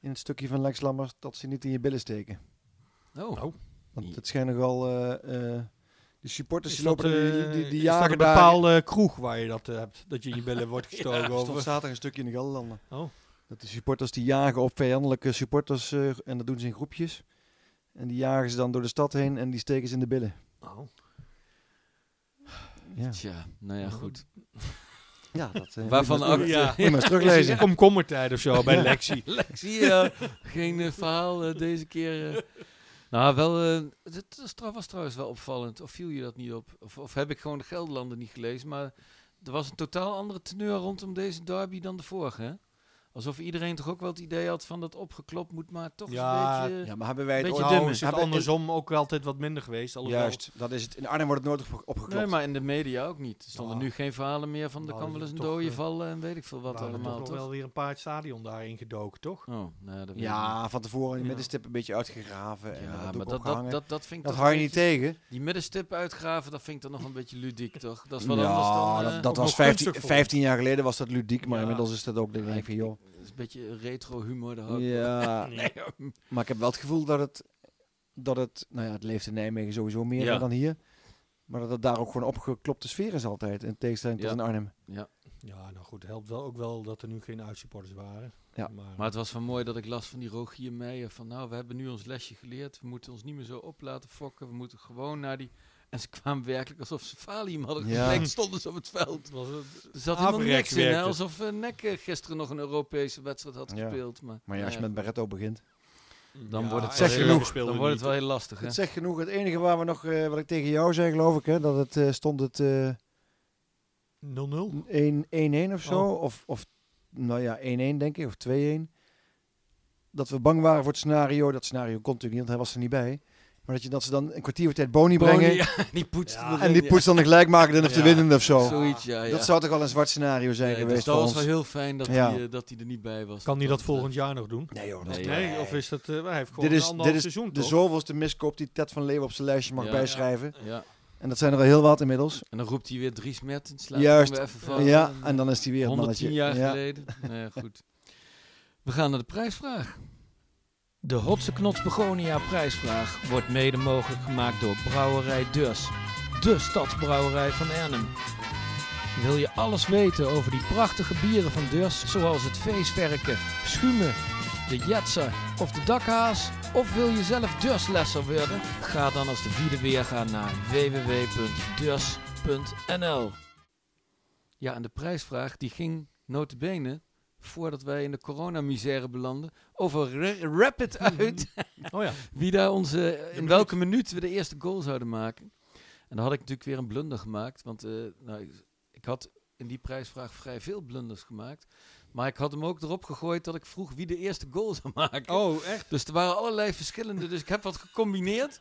in het stukje van Lex Lammers, dat ze niet in je billen steken. Oh. Nou. Want het schijnt nogal, eh, eh, Die supporters Is die dat, lopen er- die, eh, die, die is dat jagen een daar- bepaalde kroeg waar je dat eh, hebt? Dat je in je billen wordt gestoken Er stond over? zaterdag een stukje in de Gelderlanden. Oh. Dat de supporters die jagen op vijandelijke supporters eh, en dat doen ze in groepjes. En die jagen ze dan door de stad heen en die steken ze in de billen. Oh. Ja, Tja, nou ja, goed. ja dat... eh, Waarvan moet je maar ook... eens- Ja. Ja. moet je maar eens Is teruglezen. het komkommertijd of zo bij Lexi? Zie je, eh, geen eh, verhaal eh, deze keer. eh. Nou, wel, eh, het is trouw- was trouwens wel opvallend. Of viel je dat niet op? Of, of heb ik gewoon de Gelderlanden niet gelezen? Maar er was een totaal andere teneur rondom deze derby dan de vorige. hè? Alsof iedereen toch ook wel het idee had van dat opgeklopt moet, maar toch Ja, een beetje... Ja, maar hebben wij het Beetje ooit- Oh, dun. dimmen. Nou, is het Hebben- andersom ook altijd wat minder geweest. alhoewel- Juist, dat is het. In Arnhem wordt het nooit opge- opgeklopt. Nee, maar in de media ook niet. Er stonden Ja. nu geen verhalen meer van er Nou, kan dat wel eens een is toch, dooie eh, vallen en weet ik veel wat Nou, waren er allemaal, toch toch? nog wel weer een paar het stadion daarin gedoken, toch? Oh, nee, dat weet ik niet. Ja, van tevoren die Ja. middenstip een beetje uitgegraven. en Ja, dat maar dat, dat, dat, dat vind ik dat toch hou je een niet beetje- tegen. Die middenstip uitgraven, dat vind ik dan nog een beetje ludiek, toch? Dat is wel anders Ja, dan... dat, eh, dat ook was nog 15, kunstig voor. 15 jaar geleden was dat ludiek, maar Ja. inmiddels is dat ook denk ik van joh. dat eh, is een beetje retro humor. daar hou ik wel Ja, Nee. maar ik heb wel het gevoel dat het, dat het, nou ja, het leeft in Nijmegen sowieso meer Ja. dan hier. Maar dat het daar ook gewoon opgeklopte sfeer is altijd, in tegenstelling tot Ja. in Arnhem. Ja, nou goed, helpt wel ook wel dat er nu geen uitsupporters waren. Ja. maar, Maar het was wel mooi dat ik las van die Rogier Meijer van nou, we hebben nu ons lesje geleerd. We moeten ons niet meer zo op laten fokken. We moeten gewoon naar die... En ze kwamen werkelijk alsof ze Valium hadden Ja. geplekt, stonden ze op het veld. het was het, Er zat helemaal Averechts niks in, hè? werkte. alsof eh, Nek eh, gisteren nog een Europese wedstrijd had Ja. gespeeld. Maar, Maar ja, als je nou met Barretto begint. dan Ja, wordt het en zeg ze genoeg. speelden dan wordt het niet. wel heel lastig, hè? Het zegt genoeg. Het enige waar we nog, eh, wat ik tegen jou zei geloof ik, hè, dat het eh, stond het... eh, 1-1 0-0. of zo. Oh. Of, of nou ja, 1-1 denk ik, of 2-1. Dat we bang waren voor het scenario. Dat scenario kon natuurlijk niet, want hij was er niet bij. Maar dat, je, dat ze dan een kwartier voor tijd Boni, brengen. Boni, ja, die poetst Ja. erin, En die poets dan de gelijkmakende of de Ja. winnende of zo. Zoiets, ja, ja. Dat zou toch wel een zwart scenario zijn Nee, geweest dus dat voor was ons. wel heel fijn dat hij Ja. eh, dat eh, hij er niet bij was. Kan hij dat volgend jaar nog doen? Nee joh, Nee, dat Nee, of is dat... eh, hij heeft gewoon dit een is, dit anderhalf is seizoen, de toch? zoveelste miskoop die Ted van Leeuwen op zijn lijstje mag Ja. bijschrijven. Ja. En dat zijn er al heel wat inmiddels. En dan roept hij weer Dries Mertens. Laat Juist. hem weer even vallen. ja, en dan is hij weer een 110 mannetje. jaar Ja. geleden. Nou ja, goed. We gaan naar de prijsvraag. De Hotse Knots Begonia prijsvraag wordt mede mogelijk gemaakt door Brouwerij Dus. De stadsbrouwerij van Arnhem. Wil je alles weten over die prachtige bieren van Dus, zoals het feestwerken, schuimen, de jetsen of de dakhaas? Of wil je zelf Duslesser worden? Ga dan als de vierde weerga naar www.dus.nl. Ja, en de prijsvraag die ging notabene, voordat wij in de coronamisère belanden, over ra- Rapid uit. Oh ja. Wie daar onze, in welke minuut we de eerste goal zouden maken. En dan had ik natuurlijk weer een blunder gemaakt. Want eh, nou, ik, ik had in die prijsvraag vrij veel blunders gemaakt. Maar ik had hem ook erop gegooid dat ik vroeg wie de eerste goal zou maken. Oh, echt? Dus er waren allerlei verschillende. Dus ik heb wat gecombineerd.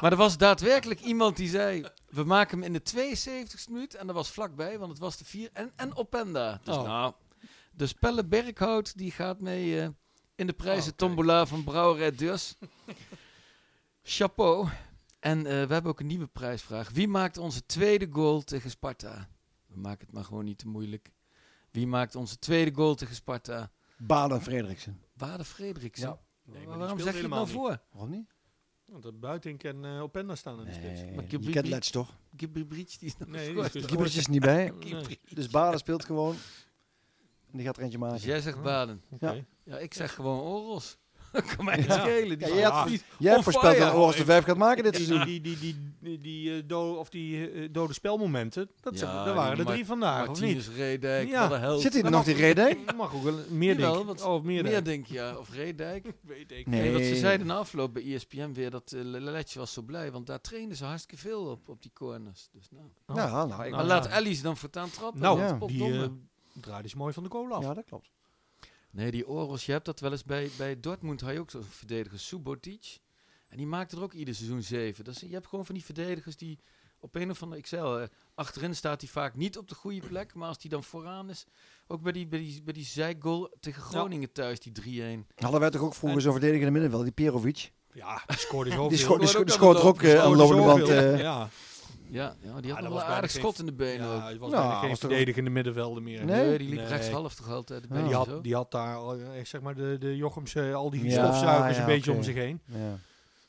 Maar er was daadwerkelijk iemand die zei: We maken hem in de 72e minuut. En dat was vlakbij, want het was de 4. En, en Openda. Dus Oh. nou. Dus Pelle Berkhout die gaat mee eh, in de prijzen Oh, oké. Tombola van Brouwerij Dus. Chapeau. En eh, we hebben ook een nieuwe prijsvraag. Wie maakt onze tweede goal tegen Sparta? We maken het maar gewoon niet te moeilijk. Wie maakt onze tweede goal tegen Sparta? Baden Frederiksen. Waarde Frederiksen. Ja. Nee, Maar maar die waarom speelt zeg je het helemaal nou voor? Waarom niet? niet. Want dat Buitink en eh, Openda staan in de spits. Nee, Maar je Kibri- kent Letch toch? Gibribrich, die is nog Nee, die gescoord. is dus- Kiepertje is er niet bij. Nee. Dus Balen speelt gewoon. En die gaat er eentje Dus maken. jij Oh. zegt Baden. Oké. Ja, ik zeg gewoon Oros. Dat kan mij niet Ja. schelen. Die Ja, is jij had- precies- Jij on voorspelt fire. dat Oros de Vijf gaat maken dit Die, seizoen. die, die, die, die, eh, do- of die eh, dode spelmomenten, dat zijn, Ja, daar waren er Mar- drie vandaag, of niet? Martinez, Redijk, Ja. wat een held. Zit hij er nog, die reden? Dat mag ook wel meer Jawel, denk ik. want- Oh, of meer Meer denk ik. denk ja. Of Redijk. Weet ik. Nee. want ze zeiden na afloop bij ESPN weer dat eh, Letje was zo blij. Want daar trainen ze hartstikke veel op, op die corners. Dus nou. Ja, nou, ik- maar Nou, laat ja. Ellis dan voortaan trappen. Nou, want Ja. die potdomme. eh draaide ze mooi van de goal af. ja, dat klopt. Nee, die Oros, je hebt dat wel eens bij, bij Dortmund, had je ook zo'n verdediger, Subotic. En die maakte er ook ieder seizoen zeven. Dus je hebt gewoon van die verdedigers die op een of andere... Ik zei al, eh, achterin staat hij vaak niet op de goede plek. Maar als die dan vooraan is... Ook bij die, bij die, bij die zijgoal tegen Groningen thuis, die 3-1. Hadden wij toch ook vroeger zo'n verdediger in de middenveld, die Perovic. Ja, die scoorde zoveel. Die scho- die scho- ook die aan schoot de er ook eh, aan de lopende band. eh, ja, Ja, ja die Ah, had dat nog was wel een bijna aardig geen- schot in de benen ja, ook. het was Nou, bijna geen was er- verdedigende middenvelder meer. Nee. die liep Nee. rechtshalf toch altijd. een Ja. beetje Die, zo. had, die had daar al, eh, zeg maar de, de Jochemse, al die Ja, stofzuigers ja, een beetje oké. om zich heen. Ja.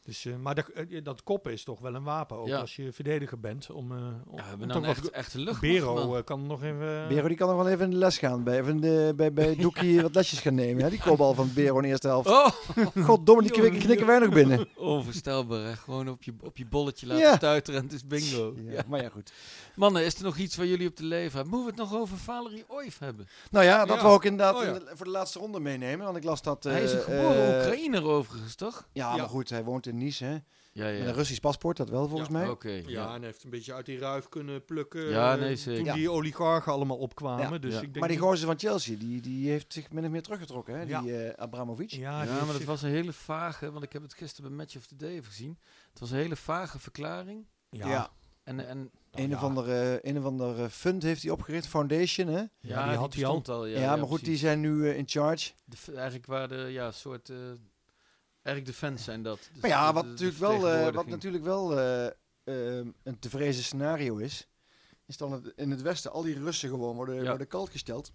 Dus, eh, maar dat, eh, dat koppen is toch wel een wapen, ook Ja. als je verdediger bent. Om, eh, om, Ja, we om hebben toch dan wat- echt, echt de lucht. Bero eh, kan nog even... Bero die kan nog wel even in de les gaan. Bij, even de, bij, bij Doekie wat lesjes gaan nemen. Hè? Die kopbal van Bero in de eerste helft. eh, Oh, Goddomme, die knikken, knikken wij nog binnen. onvoorstelbaar. Hè? Gewoon op je, op je bolletje laten Ja. stuiteren en het is bingo. Ja, Ja. Maar ja, goed. Mannen, is er nog iets waar jullie op te leven hebben? Moeten we het nog over Valerie Oif hebben? Nou ja, dat Ja. we ook inderdaad Oh ja. in de- voor de laatste ronde meenemen. Want ik las dat... Hij is een eh, geboren eh, Oekraïner overigens, toch? Ja, Ja. maar goed, hij woont in Nice, hè? Ja, Met een Russisch paspoort, dat wel volgens Ja, mij. Oké. Ja, en heeft een beetje uit die ruif kunnen plukken. Ja, eh, nee, zeker. Toen Ja. die oligarchen allemaal opkwamen. Ja. Dus Ja. ik denk Maar die niet- gozer van Chelsea, die, die heeft zich min of meer teruggetrokken, hè? Die eh, Abramovic. Ja, die ja, maar heeft- dat was een hele vage, want ik heb het gisteren bij Match of the Day even gezien. Het was een hele vage verklaring. Ja. nou Ja. En, en Een, of andere, een of andere fund heeft hij opgericht, Foundation, hè? ja, die die, had hij al. bestond al. ja, Ja, maar goed, die precies. zijn nu eh, in charge. De f- eigenlijk waar de, ja, soort, eh eigenlijk de fans zijn dat. Dus maar ja, de- wat de- de natuurlijk wel, eh, wat vertegenwoordiging. natuurlijk wel eh, ehm, een te vrezen scenario is, is dan het, in het Westen al die Russen gewoon worden, Ja. worden kalt gesteld.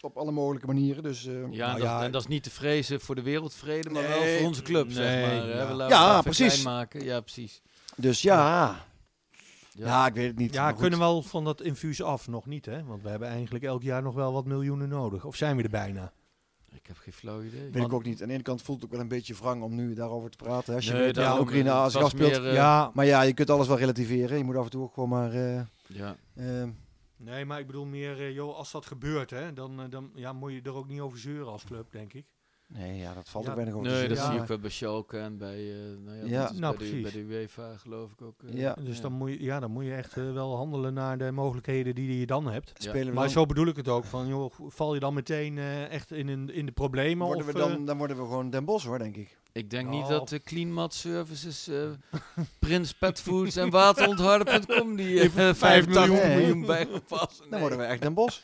Op alle mogelijke manieren, dus... eh, Ja, Nou en, dat, ja. en dat is niet te vrezen voor de wereldvrede, maar wel Nee. voor onze club, zeg Nee, maar. hè. ja. We laten Ja, het even precies. klein maken. Ja, precies. Dus ja. Ja. Ja. ik weet het niet. maar Ja, goed. kunnen we al van dat infuus af? Nog niet, hè? Want we hebben eigenlijk elk jaar nog wel wat miljoenen nodig. Of zijn we er bijna? Ik heb geen flauw idee. Weet ik ook niet. Aan de ene kant voelt het ook wel een beetje wrang om nu daarover te praten. hè, Als je Nee, weet dat daarom, Oekraïne het als was gast speelt. meer, eh, ja. Maar ja, je kunt alles wel relativeren. Je moet af en toe ook gewoon maar... eh, Ja. eh, Nee, maar ik bedoel meer, eh, joh, als dat gebeurt, hè, dan, eh, dan ja, moet je er ook niet over zeuren als club, denk ik. nee, ja, dat valt Ja. ook weinig over te Nee, zeggen. dat Ja. zie je ook wel bij Schalke en bij, eh, nou ja, Ja. dat is Nou, bij, de, bij precies. de UEFA geloof ik ook. eh. Ja, dus Ja. Dan, moet je, ja, dan moet je echt eh, wel handelen naar de mogelijkheden die je dan hebt. spelen we Maar dan, zo bedoel ik het ook, van joh, val je dan meteen eh, echt in, een, in de problemen? worden we of, eh, dan, dan worden we gewoon Den Bos hoor, denk ik. Ik denk Nou. niet dat de Clean Mat Services, eh, Prins Pet Foods en waterontharden.com die eh, 85 miljoen, miljoen. bij gaan passen. Dan Nee. worden we echt Den Bos.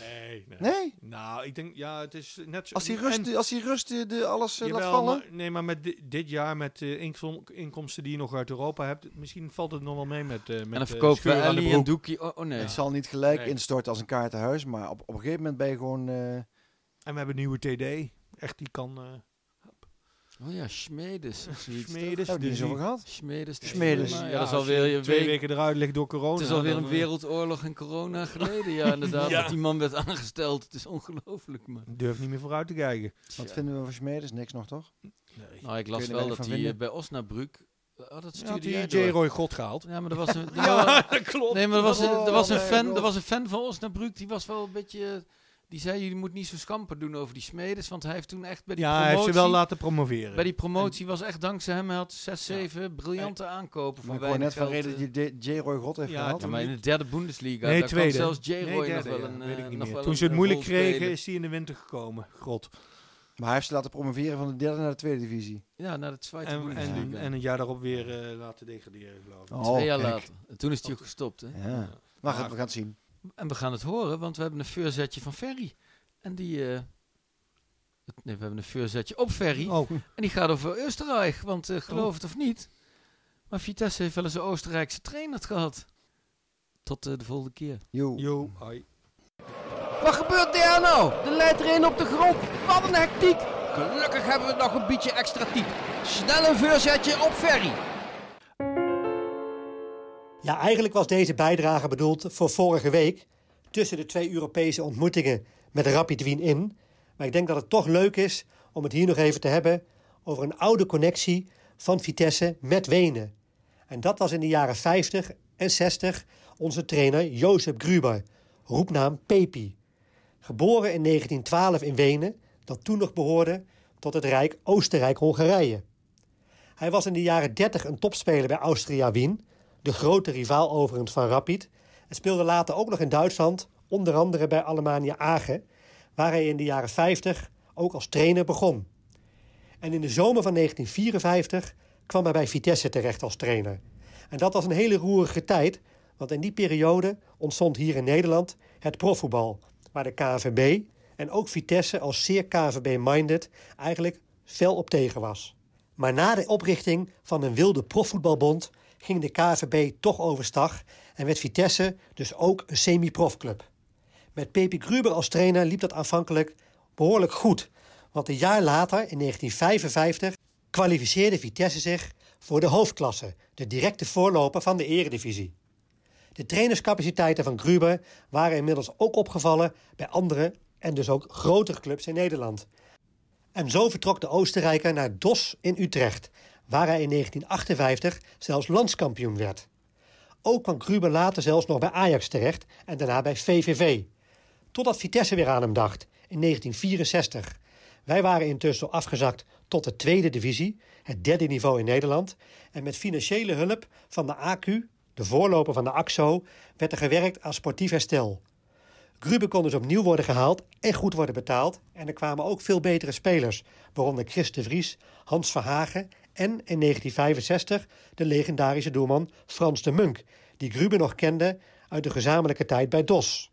nee, nee. Nee? Nou, ik denk, ja, het is net zo... Als die en- rust, als die rust eh, de, alles eh, laat Jawel, vallen. maar- nee, maar met di- dit jaar, met de inkomsten die je nog uit Europa hebt, misschien valt het nog wel mee met, eh met En dan eh, verkopen we scheuren aan de Ellie en broek. Doekie. Oh, oh nee. Het zal niet gelijk Nee. instorten als een kaartenhuis, maar op, op een gegeven moment ben je gewoon... eh, En we hebben een nieuwe TD. Echt, die kan... eh, Oh ja, Schmedes. of zoiets. Smedes. hebben we het dus niet die- over gehad? Schmedes. die- Schmedes. Ja, Maar dat is als alweer je een twee week. weken eruit ligt door corona. Het is alweer dan, een eh, wereldoorlog en corona geleden. Ja, inderdaad. Ja. Dat die man werd aangesteld. Het is ongelooflijk, man. Durf niet meer vooruit te kijken. Wat vinden we van Smedes? Niks nog, toch? Nou, ik Kun las je wel er dat weinig hij van eh, vinden? bij Osnabrück... Oh, dat Had stuurde die jij J. door. Roy God gehaald? Ja, maar er was een... ja, dat klopt. Nee, maar er was, een- er, was een Oh, nee, fan, God. er was een fan van Osnabrück, die was wel een beetje... eh, Die zei, jullie moeten niet zo scamper doen over die smedes, want hij heeft toen echt bij die Ja, hij heeft promotie... ze wel laten promoveren. bij die promotie was echt dankzij hem, hij had zes, zeven briljante aankopen Maar van ik hoor net weinig van geld. reden eh. dat je D- J-Roy God heeft Ja, gehaald. Ja, maar in de derde Bundesliga, Nee, daar kwam tweede. zelfs Nee, J-Roy nog derde, wel ja, een, weet ik eh, niet nog meer. wel Toen een, ze het eh, moeilijk rol spelen. kregen, is hij in de winter gekomen. God. Maar hij heeft ze laten promoveren van de derde naar de tweede divisie. Ja, naar de tweede En, en, Bundesliga. en een jaar daarop weer eh, laten degraderen, geloof ik. Oh, Twee jaar kijk. later. En toen is hij ook gestopt. Hè? Ja. Maar goed, we gaan het zien. En we gaan het horen, want we hebben een voorzetje van Ferry. En die... eh, het- nee, we hebben een voorzetje op Ferry. Oh, En die gaat over Oostenrijk, want eh, geloof het of niet. Maar Vitesse heeft wel eens een Oostenrijkse trainer gehad. Tot eh, de volgende keer. Yo. yo, ai. Wat gebeurt daar nou? De leidt er een op de grond. Wat een hectiek. Gelukkig hebben we nog een beetje extra type. Snel een voorzetje op Ferry. Ja, eigenlijk was deze bijdrage bedoeld voor vorige week. Tussen de twee Europese ontmoetingen met Rapid Wien in. Maar ik denk dat het toch leuk is om het hier nog even te hebben over een oude connectie van Vitesse met Wenen. En dat was in de jaren 50 en 60 onze trainer Jozef Gruber, roepnaam Pepi. Geboren in 1912 in Wenen, dat toen nog behoorde tot het Rijk Oostenrijk-Hongarije. Hij was in de jaren 30 een topspeler bij Austria Wien, de grote rivaal overigens van Rapid, en speelde later ook nog in Duitsland, onder andere bij Alemannia Aachen, waar hij in de jaren 50 ook als trainer begon. En in de zomer van 1954 kwam hij bij Vitesse terecht als trainer. En dat was een hele roerige tijd, want in die periode ontstond hier in Nederland het profvoetbal, waar de KNVB en ook Vitesse als zeer KNVB-minded eigenlijk fel op tegen was. Maar na de oprichting van een wilde profvoetbalbond ging de KNVB toch overstag en werd Vitesse dus ook een semi-profclub. Met Pepi Gruber als trainer liep dat aanvankelijk behoorlijk goed. Want een jaar later, in 1955, kwalificeerde Vitesse zich voor de hoofdklasse, de directe voorloper van de eredivisie. De trainerscapaciteiten van Gruber waren inmiddels ook opgevallen bij andere en dus ook grotere clubs in Nederland. En zo vertrok de Oostenrijker naar DOS in Utrecht, waar hij in 1958 zelfs landskampioen werd. Ook kwam Gruber later zelfs nog bij Ajax terecht en daarna bij VVV. Totdat Vitesse weer aan hem dacht, in 1964. Wij waren intussen afgezakt tot de tweede divisie, het derde niveau in Nederland. En met financiële hulp van de AQ, de voorloper van de AXO, werd er gewerkt aan sportief herstel. Gruber kon dus opnieuw worden gehaald en goed worden betaald. En er kwamen ook veel betere spelers, waaronder Chris de Vries, Hans Verhagen en in 1965 de legendarische doelman Frans de Munk, die Gruber nog kende uit de gezamenlijke tijd bij DOS.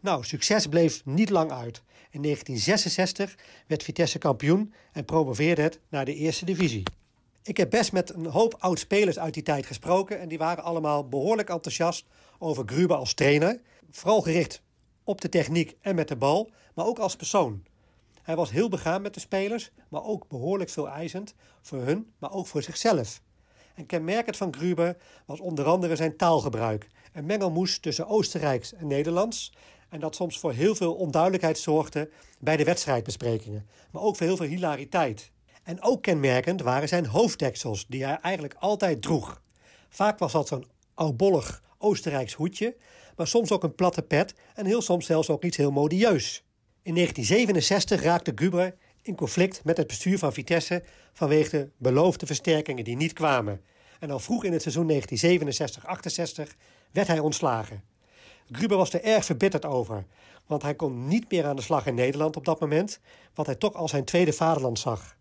Nou, succes bleef niet lang uit. In 1966 werd Vitesse kampioen en promoveerde het naar de eerste divisie. Ik heb best met een hoop oud-spelers uit die tijd gesproken en die waren allemaal behoorlijk enthousiast over Gruber als trainer. Vooral gericht op de techniek en met de bal, maar ook als persoon. Hij was heel begaan met de spelers, maar ook behoorlijk veel eisend voor hun, maar ook voor zichzelf. En kenmerkend van Gruber was onder andere zijn taalgebruik. Een mengelmoes tussen Oostenrijks en Nederlands. En dat soms voor heel veel onduidelijkheid zorgde bij de wedstrijdbesprekingen. Maar ook voor heel veel hilariteit. En ook kenmerkend waren zijn hoofddeksels, die hij eigenlijk altijd droeg. Vaak was dat zo'n oudbollig Oostenrijks hoedje, maar soms ook een platte pet en heel soms zelfs ook iets heel modieus. In 1967 raakte Gruber in conflict met het bestuur van Vitesse vanwege de beloofde versterkingen die niet kwamen. En al vroeg in het seizoen 1967-68 werd hij ontslagen. Gruber was er erg verbitterd over, want hij kon niet meer aan de slag in Nederland op dat moment, wat hij toch als zijn tweede vaderland zag.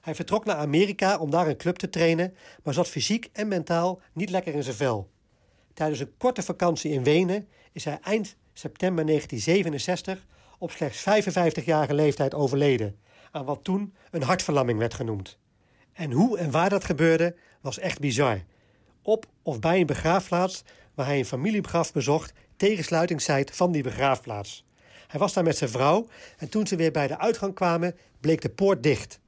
Hij vertrok naar Amerika om daar een club te trainen, maar zat fysiek en mentaal niet lekker in zijn vel. Tijdens een korte vakantie in Wenen is hij eind september 1967 op slechts 55-jarige leeftijd overleden, aan wat toen een hartverlamming werd genoemd. En hoe en waar dat gebeurde was echt bizar. Op of bij een begraafplaats waar hij een familiebegraf bezocht tegen sluitingstijd van die begraafplaats. Hij was daar met zijn vrouw en toen ze weer bij de uitgang kwamen bleek de poort dicht.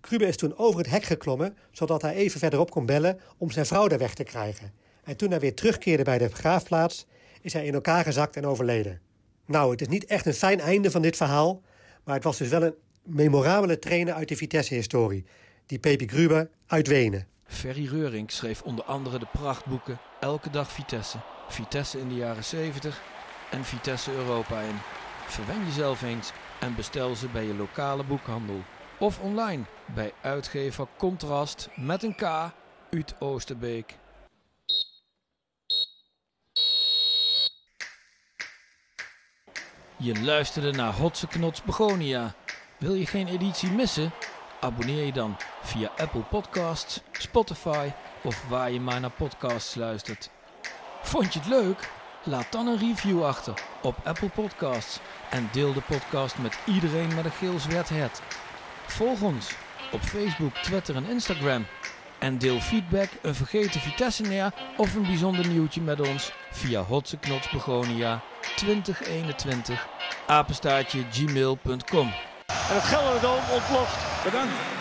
Gruber is toen over het hek geklommen, zodat hij even verderop kon bellen om zijn vrouw daar weg te krijgen. En toen hij weer terugkeerde bij de begraafplaats, is hij in elkaar gezakt en overleden. Nou, het is niet echt een fijn einde van dit verhaal, maar het was dus wel een memorabele trainer uit de Vitesse-historie, die Pepi Gruber uit Wenen. Ferry Reurink schreef onder andere de prachtboeken Elke dag Vitesse, Vitesse in de jaren 70 en Vitesse Europa in. Verwen jezelf eens en bestel ze bij je lokale boekhandel of online bij uitgever Contrast met een K uit Oosterbeek. Je luisterde naar Hotse Knots Begonia. Wil je geen editie missen? Abonneer je dan via Apple Podcasts, Spotify of waar je maar naar podcasts luistert. Vond je het leuk? Laat dan een review achter op Apple Podcasts en deel de podcast met iedereen met een geel zwart het. Volg ons op Facebook, Twitter en Instagram. En deel feedback, een vergeten Vitesse neer of een bijzonder nieuwtje met ons via Hotse Knots Begonia 2021 apenstaartje gmail.com. En het Gelderdoom ontploft. Bedankt.